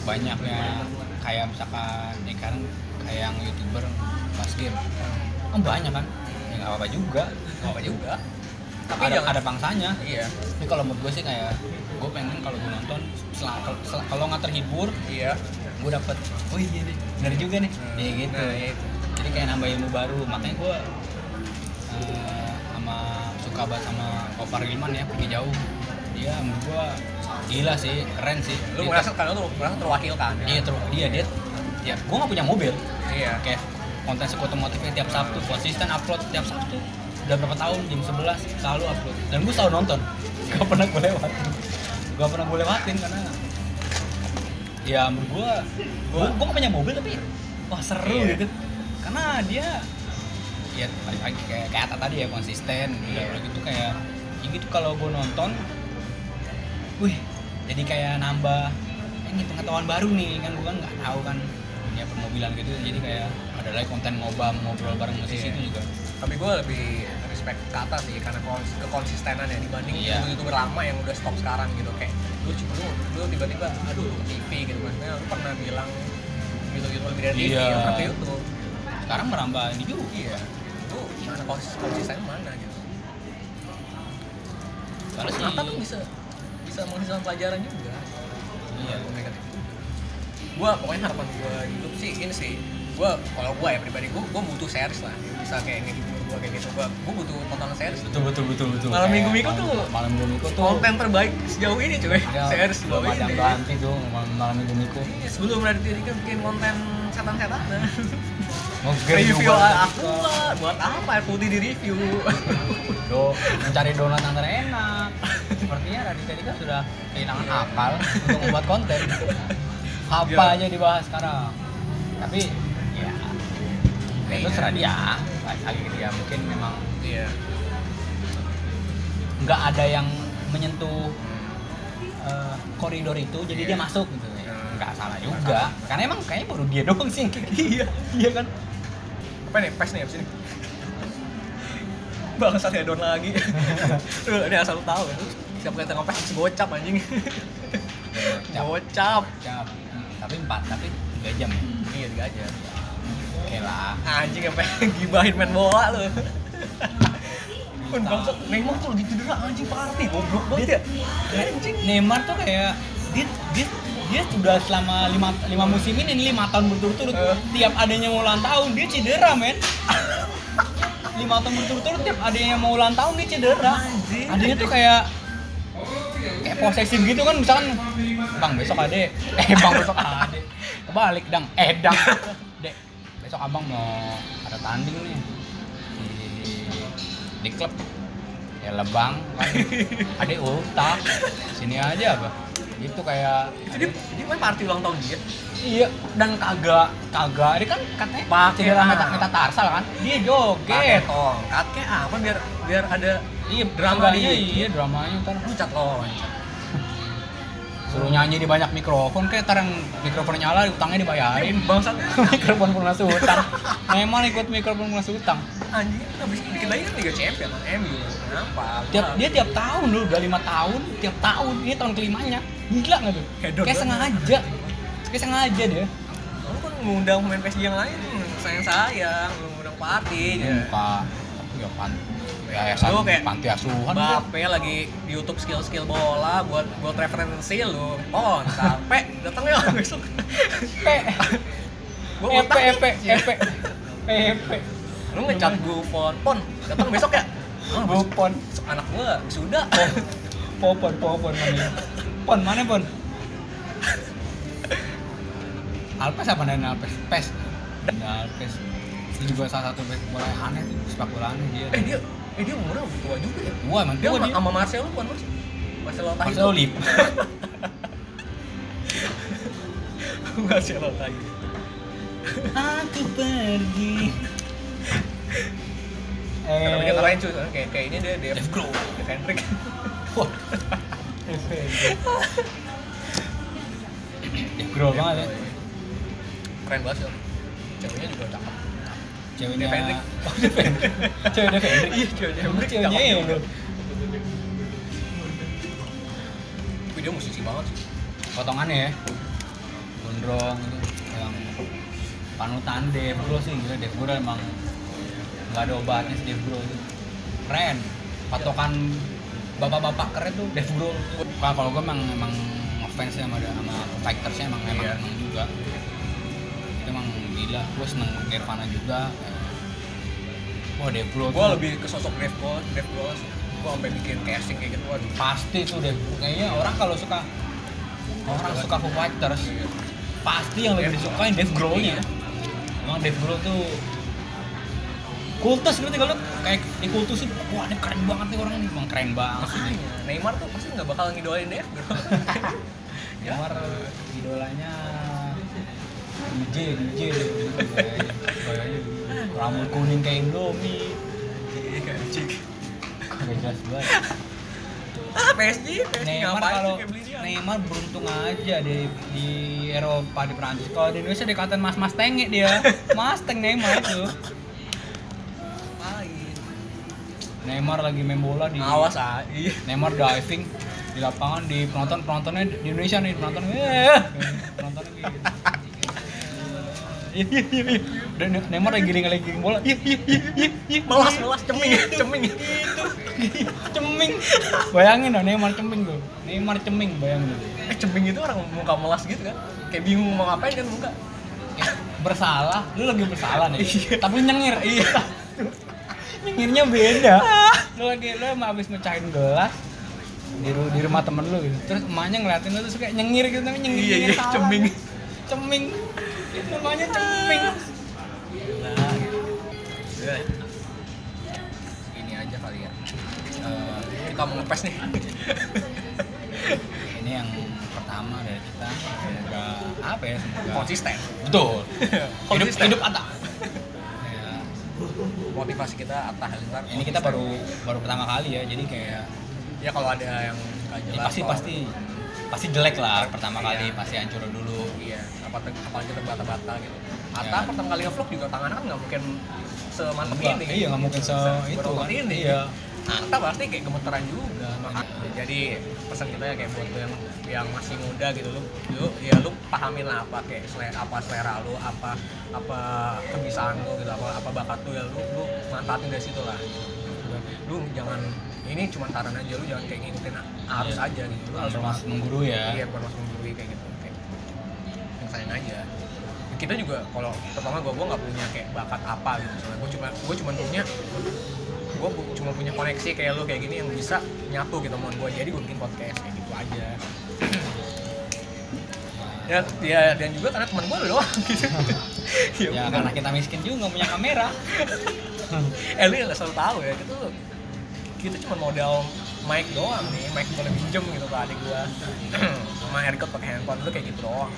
S2: banyak ya kayak misalkan ya kan kayak yang youtuber pas game kan banyak kan ya nggak apa-apa juga
S1: nggak apa juga tapi
S2: ada,
S1: jangan
S2: ada pangsanya
S1: iya
S2: tapi kalau menurut gue sih kayak gue pengen kalau gue nonton sel- sel- kalau nggak terhibur
S1: iya
S2: gue dapet oh iya nih bener juga nih
S1: Hmm.
S2: ya gitu
S1: Nah, iya itu.
S2: jadi kayak nambah ilmu baru makanya gue sama suka banget sama Ovar Gilman ya pergi jauh dia menurut gue gila sih keren sih
S1: lu
S2: Dia-
S1: merasa karena lu merasa terwakilkan
S2: dia terus dia dia ya gue nggak punya mobil
S1: iya
S2: kayak konten sekutu motifnya tiap Sabtu konsisten upload tiap Sabtu udah berapa tahun jam 11 selalu upload dan gue selalu nonton gak pernah gue lewatin gak pernah gue lewatin karena ya menurut gue gue gue gak punya mobil tapi wah seru
S1: Iya.
S2: gitu karena dia ya balik lagi kayak kayak Atta tadi ya konsisten udah
S1: Iya.
S2: udah gitu kayak ya gitu kalau gue nonton wih jadi kayak nambah eh, ini pengetahuan baru nih kan gue kan nggak tahu kan dunia permobilan gitu jadi kayak ada lagi konten ngobam ngobrol bareng musisi
S1: Iya.
S2: itu juga
S1: tapi gue lebih respect ke atas sih karena kons- kekonsistenan ya dibanding
S2: Iya.
S1: itu youtuber lama yang udah stop sekarang gitu kayak lu cuma lu, lu tiba-tiba aduh lu ke TV gitu maksudnya lu pernah bilang gitu gitu lebih dari TV
S2: Iya.
S1: lu pernah ke YouTube
S2: sekarang merambah ini juga ya.
S1: iya lu gimana konsis konsisten mana gitu
S2: karena sih
S1: Atta tuh kan bisa bisa menghasilkan pelajaran juga
S2: iya
S1: yang negatif juga gue pokoknya harapan gue hidup sih ini sih gue kalau gue ya pribadi gue gue butuh series lah yang bisa kayak ngehibur gue kayak gitu gue gue butuh tontonan series
S2: betul betul betul betul
S1: Malam
S2: Kayak
S1: Minggu Miko
S2: malam-
S1: tuh-
S2: malam minggu miko tuh
S1: konten terbaik sejauh ini cuy
S2: ada
S1: series
S2: belum
S1: sejauh
S2: ada
S1: ini
S2: ganti tuh malam malam minggu miko
S1: Iya, sebelum Raditya Dika bikin konten setan-setan
S2: Nge-game
S1: review
S2: nyoba.
S1: aku lah buat apa air putih di review
S2: Do, mencari donat yang terenak. Sepertinya Raditya Dika sudah kehilangan akal untuk membuat konten. Apa
S1: Iya.
S2: aja dibahas sekarang. Tapi ya ya itu
S1: Iya.
S2: serah dia. Balik Lagi ke dia mungkin memang
S1: iya
S2: nggak ada yang menyentuh eh, koridor itu jadi
S1: Iya.
S2: dia masuk gitu ya.
S1: Hmm.
S2: Nggak salah
S1: Nggak
S2: juga. Karena emang kayaknya baru dia doang sih. iya, iya kan.
S1: apa nih pes nih abis ini bangsat ya down lagi Lu, ini asal lu tahu ya lu siapa kata ngepes gocap anjing
S2: Cap,
S1: gocap
S2: cap. Hmm, Tapi empat, tapi tiga jam. ya.
S1: iya tiga aja
S2: Oke lah.
S1: anjing apa gibahin main bola lu Kan bangsat Neymar tuh lagi cedera anjing party goblok banget ya anjing
S2: Neymar tuh kayak dia dia dia sudah selama lima, lima musim ini lima tahun berturut-turut
S1: Eh.
S2: tiap adanya mau ulang tahun dia cedera men lima tahun berturut-turut tiap adanya mau ulang tahun dia cedera
S1: Anjing.
S2: adanya tuh kayak kayak posesif gitu kan misalkan bang besok ade eh bang besok ade kebalik dang eh dang dek besok abang mau ada tanding nih di, di klub ya lebang kan ade ultah sini aja apa itu kayak
S1: jadi dia main party ulang tahun dia
S2: iya dan kagak kagak dia kan katanya
S1: Pakai
S2: cedera
S1: lah.
S2: meta, metatarsal kan dia
S1: Pakai
S2: joget
S1: tong. Katke apa biar biar ada
S2: iya
S1: Drama
S2: dramanya
S1: dikit.
S2: iya dramanya ntar
S1: pucat loh.
S2: suruh nyanyi di banyak mikrofon kayak ntar yang mikrofon nyala utangnya dibayarin
S1: Bangsatnya
S2: mikrofon lunas utang Neymar ikut mikrofon lunas utang
S1: anjing habis dikit lagi kan Liga Champion lawan MU kenapa
S2: tiap
S1: Nah,
S2: dia tiap tahun dulu udah lima tahun tiap tahun ini tahun kelimanya gila nggak tuh
S1: Hedon
S2: kayak
S1: banget.
S2: sengaja kayak sengaja deh
S1: lu kan ngundang pemain PSG yang lain sayang sayang lu ngundang Pati
S2: muka ya pan
S1: yayasan Lu kayak panti
S2: asuhan
S1: Bape lagi di YouTube skill-skill bola buat buat referensi lu. Pon, sampai datang ya besok. Gua
S2: epe
S1: otak
S2: epe
S1: nih. Iya.
S2: epe epe
S1: Lu ngecat gua pon, pon, datang besok ya. Ah,
S2: Oh,
S1: besok,
S2: bopon
S1: besok anak gua sudah.
S2: popon popon mana oh, pon mana pon Alpes apa nih Alpes? Pes. Nah, Alpes. Ini juga salah satu pes bola yang aneh, tuh, sepak bola aneh dia.
S1: eh dia eh dia umurnya udah tua juga ya.
S2: Wah, emang
S1: Dia
S2: tua
S1: sama,
S2: dia.
S1: sama Marcelo bukan Mas? Marcelo Tahi.
S2: Marcelo Lip.
S1: Marcelo Tahi.
S2: Aku pergi.
S1: Kenapa dia keren cuy? Soalnya Kayak kayaknya dia dia
S2: Eh. Jeff Grohl.
S1: dia Hendrik.
S2: Wah. Ya, Grohl banget ya.
S1: Keren banget sih. Ceweknya juga cakep.
S2: Ceweknya
S1: Dev Hendrik.
S2: Oh, Dev Hendrik. Cewek Dev Hendrik.
S1: Iya, ceweknya Hendrik.
S2: Ceweknya ya, bro.
S1: Tapi dia musisi banget sih.
S2: Potongannya ya. Gondrong itu yang panutan Dev Grohl sih gila Dev Grohl emang nggak ada obatnya si Dev Grohl itu. Keren. Patokan bapak-bapak keren tuh Dev Grohl. Kalau kalau gue emang emang ngefans sama sama fightersnya emang emang,
S1: Iya.
S2: emang juga. Itu emang gila. Gue seneng Nirvana juga. Wah Dev Grohl.
S1: gue
S2: tuh-
S1: lebih ke sosok Dave Grohl Dave Grohl sih gue sampai bikin casting kayak gitu waduh
S2: pasti tuh deh kayaknya orang kalau suka orang suka Foo Fighters pasti yang lebih disukain Dave Grohl ya? nya emang Dave Grohl tuh kultus gitu kalau kayak di kultus tuh wah ini keren banget nih orang ini emang keren banget sih
S1: makanya Neymar tuh pasti nggak bakal ngidolain Dave Grohl
S2: Neymar idolanya DJ DJ rambut kuning kayak Indomie Iya. kagak jelas banget
S1: ah PSG PSG
S2: Neymar
S1: ngapain sih
S2: kalau
S1: kayak beli dia
S2: Neymar beruntung aja di di Eropa di Prancis. Kalau di Indonesia dikatain mas mas tenge dia, mas teng Neymar itu.
S1: ngapain
S2: Neymar lagi main bola di
S1: awas ah iya
S2: Neymar diving di lapangan di penonton penontonnya di Indonesia nih penonton eh penontonnya gitu. Iya, iya, iya, iya. Dan Neymar lagi giling lagi giling bola. Iya, iya, iya, iya, iya.
S1: melas melas ceming
S2: Gitu,
S1: ceming
S2: ceming. Bayangin dong Neymar ceming tuh. Neymar ceming bayangin.
S1: eh ceming itu orang muka melas gitu kan kayak bingung mau ngapain kan muka
S2: bersalah lu lagi bersalah nih
S1: Iya.
S2: tapi lu nyengir iya nyengirnya beda lu lagi lu emang abis mecahin gelas di, ru- di rumah temen lu gitu terus emaknya ngeliatin lu terus kayak nyengir gitu tapi nyengir
S1: Iya,
S2: nyengir
S1: iya,
S2: salah.
S1: ceming.
S2: ceming namanya ceming
S1: Nah, gitu. Udah. ini aja kali ya Eh, kita mau ngepes nih
S2: ini yang pertama dari kita semoga apa ya semoga
S1: konsisten
S2: betul hidup
S1: Konsisten.
S2: hidup atap ya,
S1: motivasi kita Atta Halilintar
S2: ini kita baru baru pertama kali ya jadi kayak
S1: ya kalau ada yang nggak
S2: ya
S1: jelas
S2: pasti
S1: kalau-
S2: pasti pasti jelek lah pertama
S1: Iya.
S2: kali pasti hancur dulu
S1: iya apalagi, apalagi terbata-bata gitu Ata
S2: Ya.
S1: pertama kali ngevlog juga tangannya kan nggak mungkin semantep
S2: Enggak,
S1: ini
S2: iya nggak mungkin se itu
S1: Seberotot
S2: kan
S1: ini
S2: iya
S1: Ata pasti kayak gemeteran juga makanya jadi pesan kita ya kayak buat lo yang yang masih muda gitu lu lu ya lu pahamin lah apa kayak selera, apa selera lu apa apa kebisaan lu gitu apa apa bakat lu ya lu lu manfaatin dari situ lah lu jangan ini cuma saran aja lu jangan kayak ngikutin arus
S2: Iya.
S1: aja gitu lu harus
S2: harus mengguru
S1: iya
S2: ya
S1: bukan langsung beli kayak gitu kayak yang sayang aja kita juga kalau pertama gue gue nggak punya kayak bakat apa gitu soalnya gue cuma gue cuma punya gue cuma punya koneksi kayak lo kayak gini yang bisa nyatu gitu sama gue jadi gue bikin podcast kayak gitu aja ya, ya dan juga karena teman gue doang gitu
S2: ya,
S1: Iya,
S2: karena kita miskin juga nggak punya kamera
S1: eh lu yang nggak selalu tahu ya gitu kita cuma modal mic doang nih mic gue pinjem gitu ke adik gue sama haircut pakai handphone lu kayak gitu doang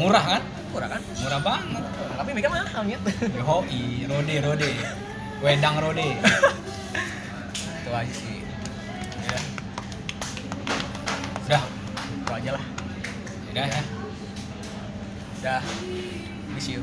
S2: murah kan
S1: kurang kan
S2: murah banget
S1: tapi mereka mahal gitu. nyet
S2: yoi rode rode wedang rode
S1: itu aja sih ya
S2: udah
S1: itu aja lah
S2: udah ya
S1: Dạ. dah miss you